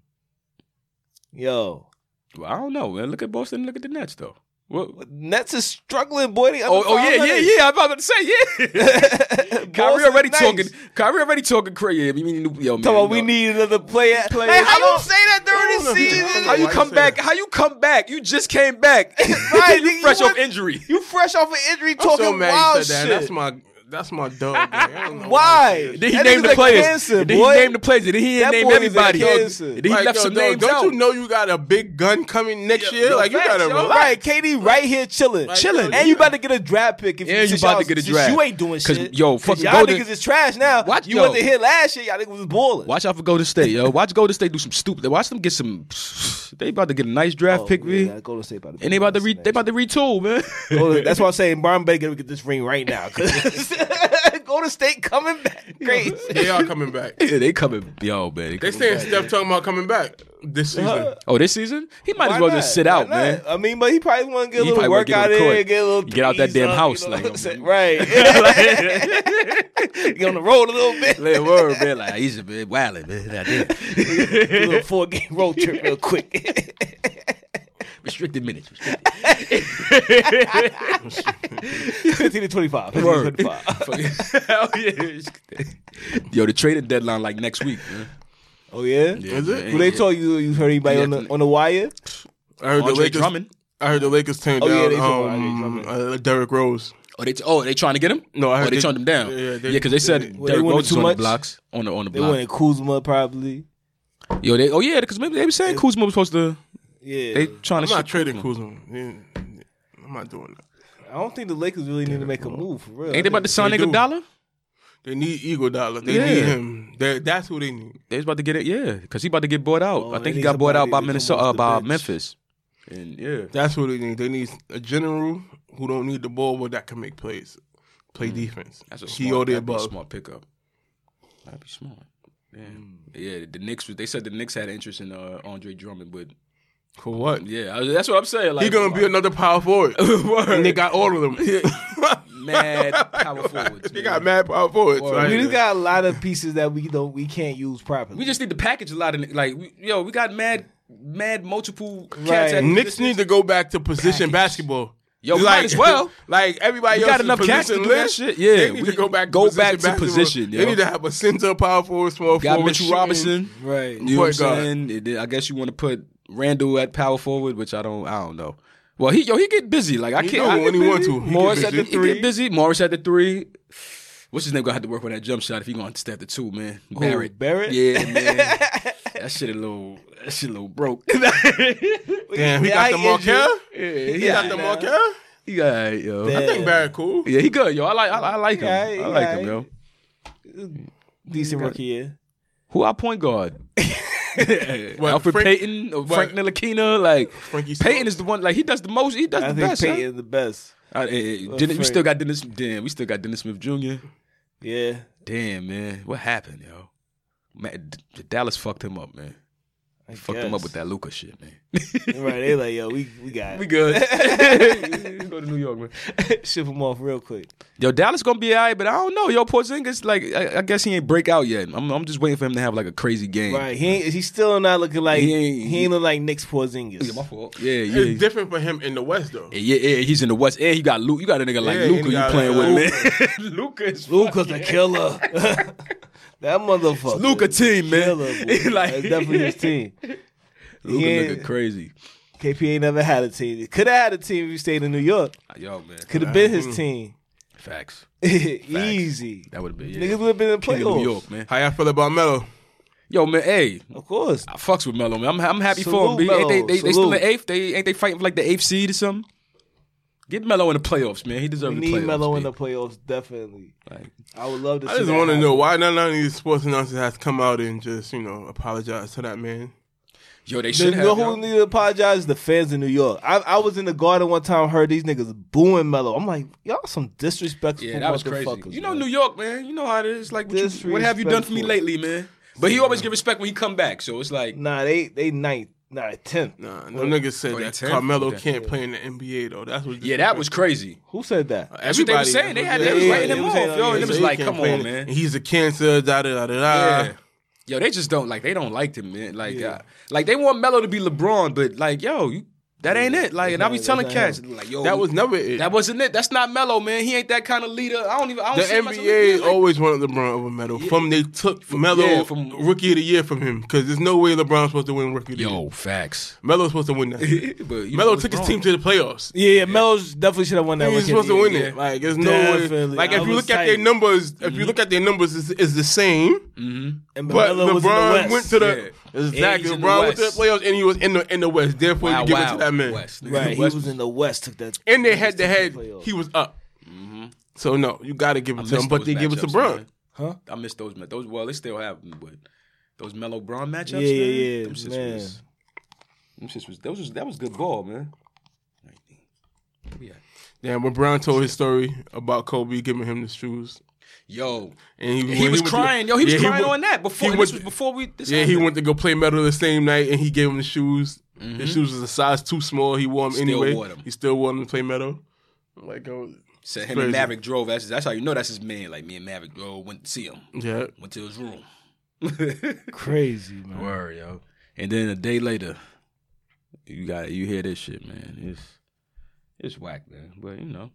Yo, Well, I don't know, man. Look at Boston. Look at the Nets, though. What? Nets is struggling, boy. They Oh, oh yeah, yeah, yeah. I'm about to say, yeah. yeah. Kyrie already talking. Kyrie already talking crazy. You mean, yo, Talking man, about no. we need another player. Player. Hey, how you Hold say that during the Hold on. season? How you Why come you say back? that? How you come back? You just came back. Right, you nigga, fresh you off went- injury. You fresh off an injury, talking so mad wild you said shit. that. That's my that's my dog. man. I don't know Why? he said Then he That named nigga's the a players. cancer, then boy. he named the players. Then he That didn't name boy is a everybody. Then cancer. he that. Like, left yo, some dog, names Don't out. you know you got a big gun coming next Yo, year? yo, like you facts, gotta yo. relax. Right, KD right here chilling. Like, chilling. yo, and you- you about to get a draft pick if And you since about y'all- to get a since draft. You ain't doing 'Cause, shit. yo, 'Cause fucking y'all Golden- niggas is trash now. Watch- you yo. wasn't here last year. Y'all niggas was balling. Watch out for Golden State, yo. Watch Golden State do some stupid. Watch them get some. They about to get a nice draft pick, Oh, yeah, V. nah, Golden State about to And Oh, they about to re, they about to retool, man. Golden- That's why I'm saying Barn better get- get this ring right now. 'cause Golden State coming back. Great. They are coming back. Yeah, they coming, yo, man. They saying Steph talking about coming back this season. oh, this season he might Why as well not? just sit Why out, not? man. I mean, but he probably want to get a He little probably wanna work get on out the of court. there, get a little Get out that threes damn up, house, you know like, what I'm saying? yo, right. get on the road a little bit. Like, word, man. Like he's a bit wildin', man. Like, damn. Do a little four game road trip real quick. restricted minutes. Restricted. 15 to 25. 15 to Word. 25. Hell yeah. Yo, the trading deadline like next week. Man. Oh, yeah? Is it? Who they told you? You heard anybody on the, on the wire? I heard the Andre Lakers. Drummond. I heard the Lakers turned Oh, yeah, down they talking about um, uh, Derrick Rose. Oh, they t- oh they trying to get him? No, I oh, heard they, they- turned him down. yeah, Yeah, they- because they said they- Derrick they wanted Rose is too on much. the blocks on the on the They block. wanted Kuzma, probably. Yo, they, oh yeah, because maybe they were saying Kuzma was supposed to. Yeah. They trying I'm to. not shit- trading Kuzma. Yeah, I'm not doing that. I don't think the Lakers really need to make a move, for real. Ain't they about to sign They do. nigga dollar? They need Eagle Dollar. They Yeah. need him. They, that's who they need. They was about to get it. Yeah, because he about to get bought out. Oh, I they think he need got bought out somebody by to come Minnesota, off uh, the by bench. Memphis. And yeah, That's what they need. They need a general who don't need the ball but that can make plays, play defense. that's a he all smart, the that'd be a above. smart pickup. That'd be smart. Damn. Yeah, the Knicks. was- They said the Knicks had interest in uh, Andre Drummond, but For what? yeah, I- that's what I'm saying. Like He gonna be another power forward. Word. and they got all of them. mad power forwards. they man. got mad power forwards. Word. We Like, just got a lot of pieces that we don't we can't use properly. We just need to package a lot of like, we, yo, we got mad, mad multiple cats. Right. At Knicks need to go back to position basketball. Yo, we might as well. Like everybody We else got is enough position cats to do that list. shit. Yeah, they need we to go back. go to back to basketball. position, They yo. need to have a center, power forward, small got forward, Mitchell shooting. Robinson. right. You know what I'm Point guard. saying? And then I guess you want to put Randall at power forward, which I don't, I don't know. Well, he yo, he get busy. Like I He can't. do I get when he busy. want to. He get Morris at the busy. three. He get busy. Morris at the three. What's his name? Gonna have to work on that jump shot if he gonna step the two, man. Barrett. Barrett? Yeah, man. that shit a little. That shit a little broke. yeah, Damn, he Yeah, I got the get you. Markel. he He got the Markel. He got it, yo. Damn. I think Barrett cool. Yeah, he good, yo. I like, I, I like him. Yeah, I yeah. like him, yo. Decent rookie year. Who our point guard? Alfred Frank- Payton, or what? Frank Nilakina, like Frankie Payton Smith. is the one. Like he does the most. He does I the think best. Peyton huh? is the best. Uh, eh, eh, Uh, Dennis- we Frank. still got Dennis. Damn, we still got Dennis Smith Jr. Yeah. Damn, man, what happened, yo? Man, D- D- Dallas fucked him up, man. I Fucked him guess. up with that Luca shit, man. Right. They like, yo, we, we got we it. good. go to New York, man. Ship him off real quick. Yo, Dallas gonna be alright, but I don't know. Yo, Porzingis, like, I, I guess he ain't break out yet. I'm, I'm just waiting for him to have like a crazy game. Right. He ain't, he's still not looking like He he ain't- ain't, look like Nick's Porzingis. Yeah, my fault. Yeah, yeah. It's different for him in the West though. Yeah, yeah, he's in the West, and you got Luke. You got a nigga like Yeah, and Luca he you got, playing with, uh, man. Luca is Luca's the killer. that motherfucker. Luca team, man. Killer, boy. Like- That's definitely his team. Luca He nigga ain't- crazy. KP ain't never had a team. Could have had a team if he stayed in New York. Yo, man, Could have been Mm-hmm. his team. facts. Easy. That would have been yeah. Niggas would have been in the King of New playoffs. York, man. How y'all feel about Melo? Yo, man, hey, Of course. I fucks with Melo, man. I'm, I'm happy for him. Salute, B. Ain't they, Melo. they, they still in Salute. eighth. They ain't they fighting for like the eighth seed or something. Get Melo in the playoffs, man. He deserves We the need playoffs. Melo in B. the playoffs, definitely. Like, I would love to I just want to know why none of these sports announcers has come out and just you know apologize to that man. yo, they You should know have. who yo. need to apologize? The fans in New York. I, I was in the garden one time, heard these niggas booing Melo. I'm like, y'all some disrespectful Yeah, that was crazy. motherfuckers. You know man. New York, man. You know how it is. Like, what, you, what have you done for me Disrespectful. lately, man? But he always get respect when he come back. So it's like, Nah, they they ninth. Nah, tenth. Nah, no niggas said Oh, they that tenth? Carmelo Okay. can't play in the NBA though. That's what. Yeah, that was crazy. Who said that? That's what they were Everybody- saying. They had they Yeah, was yeah, writing they him were off, saying, yo. oh, And yeah, it was so like, can't come play on, in- man. and He's a cancer. Da da da da. Yeah. da. Yo, they just don't like they don't like him, man. Like, uh, like they want Melo to be LeBron, but like, yo, you, that ain't it. Like, and I be That's telling not cats, like, yo, That was never it. that wasn't it. That's not Melo, man. He ain't that kind of leader. I don't even. I the don't see much of NBA him. always wanted LeBron over Melo. From they took Melo yeah, from- rookie of the year from him because there's no way LeBron's supposed to win rookie of the year. Yo, facts. Melo's supposed to win that. but you know Melo what's took his wrong. team to the playoffs. Yeah, yeah, Melo's definitely should have won that. He was Rookie of supposed the to win Year. it. Like there's no way. Definitely. Like I if you was look at their psyched. numbers, if you look at their numbers, it's, it's the same. And But Melo was in the LeBron West. went to the exactly. he's in the LeBron went to the West. playoffs and he was in the in the West. Therefore, Wow, you give it wow. to that man. West, nigga. Right, he West was in the West. Took that. In their head to head, playoffs. he was up. So no, you got to give it to miss him. Mm-hmm. But those they gave it to matchups, Bron. man. Huh? I miss those. ma- Those well, they still have them, but those Melo Bron matchups. Yeah, man, yeah, Them shits man. was. Them shits was. Those was that was good ball, man. Damn, when Brown told his story about Kobe giving him the shoes, Yo, and he, he when was went to- crying. Yo, he was Yeah, crying went- on that before. he and This was went- before we. This Yeah, he happened. went to go play metal the same night, and he gave him the shoes. The shoes was a size too small. He wore them Mm-hmm. Still anyway. wore them. He still wore them to play metal. Like, oh, Said him Crazy. and Maverick drove. That's that's how you know that's his man. Like me and Maverick drove went to see him. yeah. Went to his room. Crazy man. Word, yo. And then a day later, you got you hear this shit, man. It's it's whack, man. But you know,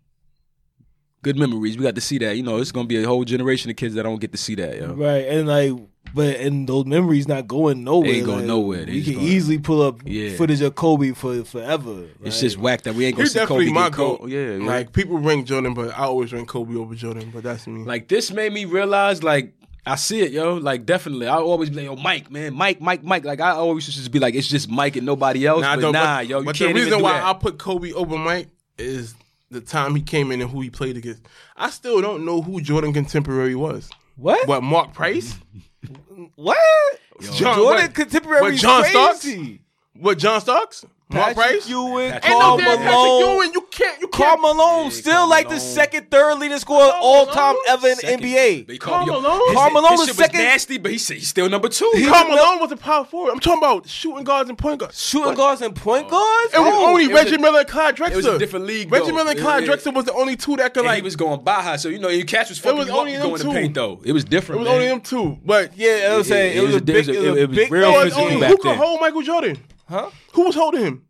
good memories. We got to see that. You know, it's gonna be a whole generation of kids that don't get to see that, yo. Right, and like, but and those memories not going nowhere. They ain't going like, nowhere. They We just can going- easily pull up Yeah. footage of Kobe for forever. It's right? just whack that we ain't gonna He's see Kobe definitely my get goat. cold. Yeah, like like people rank Jordan, but I always rank Kobe over Jordan. But that's me. like this made me realize like. I see it, yo. Like, definitely. I always be like, yo, Mike, man, Mike, Mike, Mike. Like, I always used to just be like, it's just Mike and nobody else. Nah, I but don't- nah, yo, you but can't the even reason do why that. I put Kobe over Mike is the time he came in and who he played against. I still don't know who Jordan contemporary was. what? What Mark Price? What? John- Jordan what- contemporary what, John Starks? crazy. What John Starks? Mark Price? Ewing, Ain't Karl no damn Patrick Malone. Ewing. You can't. You Karl can't. Malone still like the second, third leading scorer all time Malone? ever in Second. NBA. They call- yo, Karl his- Karl his Malone shit is was second- nasty, but he said he's still number two. Karl Malone was a power forward. I'm talking about shooting guards and point guards. Shooting guards and point guards. It was Oh, only it was Reggie a- Miller and Clyde Drexler. it was a different league, Reggie though. Miller and It- Clyde it- Drexler was the only two that could And like. he was going Baja, so you know your catch was fucking was you up only them going two. to paint though. It was it different. was man. only them two, but yeah, Yeah, I was saying it, it was, was a a- it big, was a- it was, it was big real it man. was physical only back who could then. hold Michael Jordan? Huh? Who was holding him?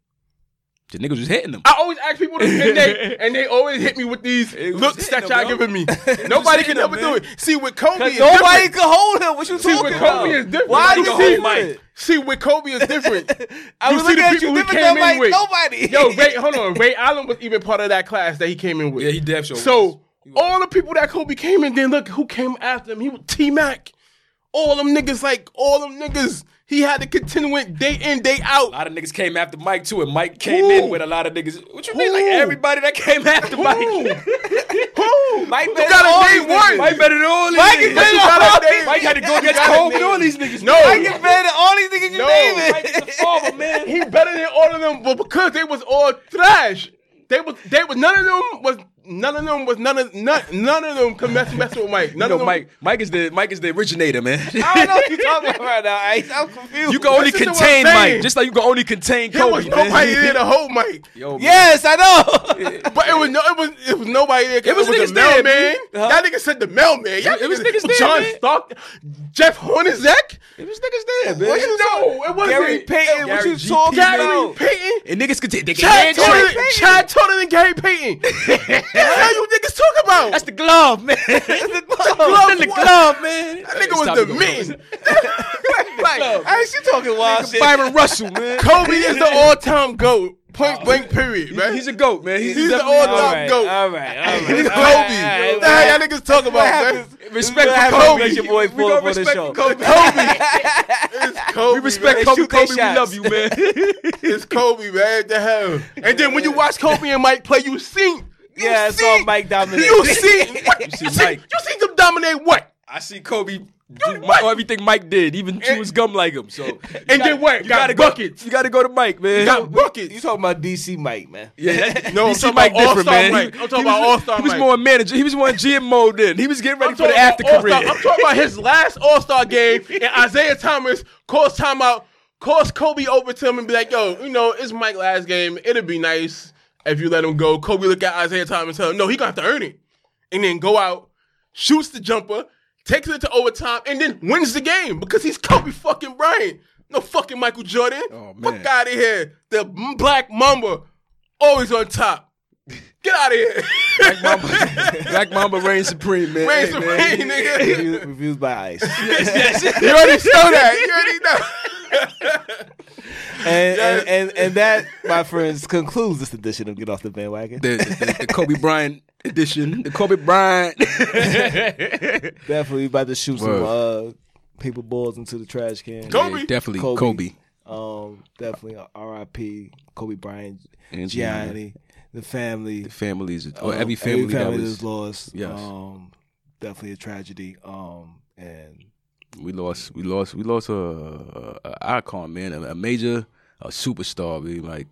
The niggas was hitting them. I always ask people this, and they and they always hit me with these was looks hitting that them, y'all bro. giving me. Nobody hitting can them, ever do it. See with Kobe, is Nobody different. could hold him. What you See talking with about? Kobe is different. Why You you can see hold Mike. See with Kobe is different. I You was see the looking at people you we different. came I'm in like with. nobody. Yo, Ray, hold on. Ray Allen was even part of that class that he came in with. Yeah, he damn sure was. So He was. all the people that Kobe came in, then look who came after him. He was T Mac. All them niggas, like all them niggas, he had to contend with day in day A out. lot of niggas came after Mike too, and Mike came Who? in with a lot of niggas. What you mean? Like Who? everybody that came after Mike. Who? Mike you better got than a all name these one. niggas. Mike better than all these Mike niggas. is better You than all gotta these. name- Mike had to go You against gotta Kobe and name- all these niggas. No. Mike is better than all these niggas you No, naming. Mike is the father, man. He better than all of them, but because they was all trash, they was they was none of them was none of them was none of none, none of them could mess mess with Mike. None You know, of them. Mike, Mike is the Mike is the originator, man. I don't know what you're talking about right now. Ice. I'm confused. you can only Listen to what contain I'm saying. Mike, just like you can only contain There Kobe. was nobody man. there to hold Mike. Yo, man. Yes, I know. But it was no, it was it was nobody there. It was was, niggas the there, mailman. B. Huh? That nigga said the mailman. Y'all It was niggas there, John man. Stark, Jeff Hornacek. It was niggas there, man. What you know? It wasn't Gary Payton, what Gary you G. talking Payton. Gary about? Payton. And niggas could take they can Chad handshake. Tolan, Chad Tolan and Gary Payton. That's how you niggas talk about. That's the glove, man. That's the glove. That's the glove, man. that nigga was the mitten. like, Hey, she talking wild shit. Byron Russell, man. Kobe is the all-time GOAT. Point blank period, man. He's a goat, man. He's, He's the definitely- all-time All right, goat. all right, all right. He's all Kobe. right, all What the hell right. y'all niggas talk What about, man? happens? Respect What for happens Kobe. when Your boy We pull gonna up on this respect show. Kobe. It's Kobe. We respect They Kobe. shoot their Kobe, we love you, man. It's Kobe, man. The hell. And then when you watch Kobe and Mike play, you sing. You Yeah, it's sing. all Mike dominant. You seen? you see see, Mike. you seen them dominate what? I see Kobe do my, everything Mike did, even chew his gum like him. So And then what? Got buckets. Go, you got to go to Mike, man. Got You buckets. talking about DC Mike, man? yeah, that, No, you I'm see talking Mike about different, All-Star man. Mike. He- I'm talking he was- about All-Star He was Mike. more manager. He was more in GM mode then. He was getting ready I'm for the talking after about career. All-Star- I'm talking about his last All Star game, and Isaiah Thomas calls timeout. calls Kobe over to him and be like, "Yo, you know, it's Mike last game. It'd be nice if you let him go." Kobe look at Isaiah Thomas and tell him, "No, he gonna have to earn it," and then go out, shoots the jumper, takes it to overtime, and then wins the game because he's Kobe fucking Bryant. No fucking Michael Jordan. Oh, man. Fuck out of here. The m- Black Mamba always on top. Get out of here. Black Mamba reigns supreme, man. Reign Hey, man. supreme, nigga. Reviews, reviews by Ice. you already know that. You already know. And, and, and, and that, my friends, concludes this edition of Get Off the Bandwagon. The, the- the Kobe Bryant edition. The Kobe Bryant. Definitely about to shoot Word. some uh, paper balls into the trash can. Kobe. Yeah, definitely Kobe. Kobe. Um, definitely R.I.P. Kobe Bryant, And Gianni, the family, The families, or um, every family, that was, is lost. Yes. Um, definitely a tragedy. Um, and we lost. We lost. We lost a, a, a icon, man, a, a major, a superstar. We like,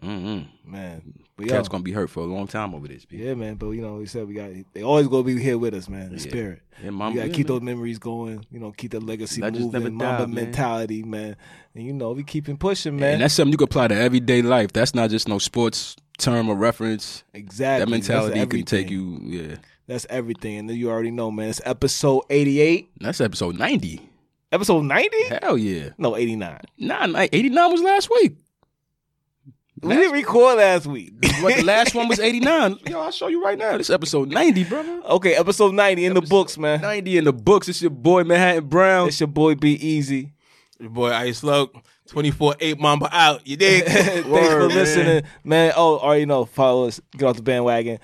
mm-mm. man, but yo, Cat's gonna be hurt for a long time over this. People. yeah, man. But you know, we said we got they always gonna be here with us, man. The Yeah. spirit. Yeah, mama, You gotta yeah, keep man. those memories going. You know, keep that legacy Legends moving. never Mamba die, man. mentality, man. And you know, we keeping pushing, man. And that's something you can apply to everyday life. That's not just no sports term or reference. exactly That mentality That's can take everything. you. Yeah, That's everything, and then you already know, man. It's episode eighty-eight. that's episode ninety. Episode ninety? Hell yeah. No, eighty-nine. Nah, eighty nine was last week. We didn't record last week. What the last one was eighty nine. Yo, I'll show you right now. This episode ninety, brother. okay, episode ninety in the books, man. Ninety in the books. It's your boy Manhattan Brown. It's your boy Be Easy. Your boy Ice Lug, 24-8 Mamba out. You dig? Thanks for listening, man. Oh, already know. Follow us. Get off the bandwagon.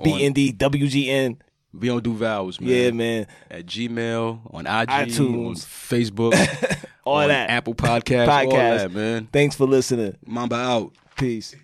BND WGN. We don't do vowels, man. Yeah, man. At Gmail, on IG, on iTunes. Facebook, All on that. Apple Podcasts, all Podcast. that, man. Thanks for listening. Mamba out. Peace.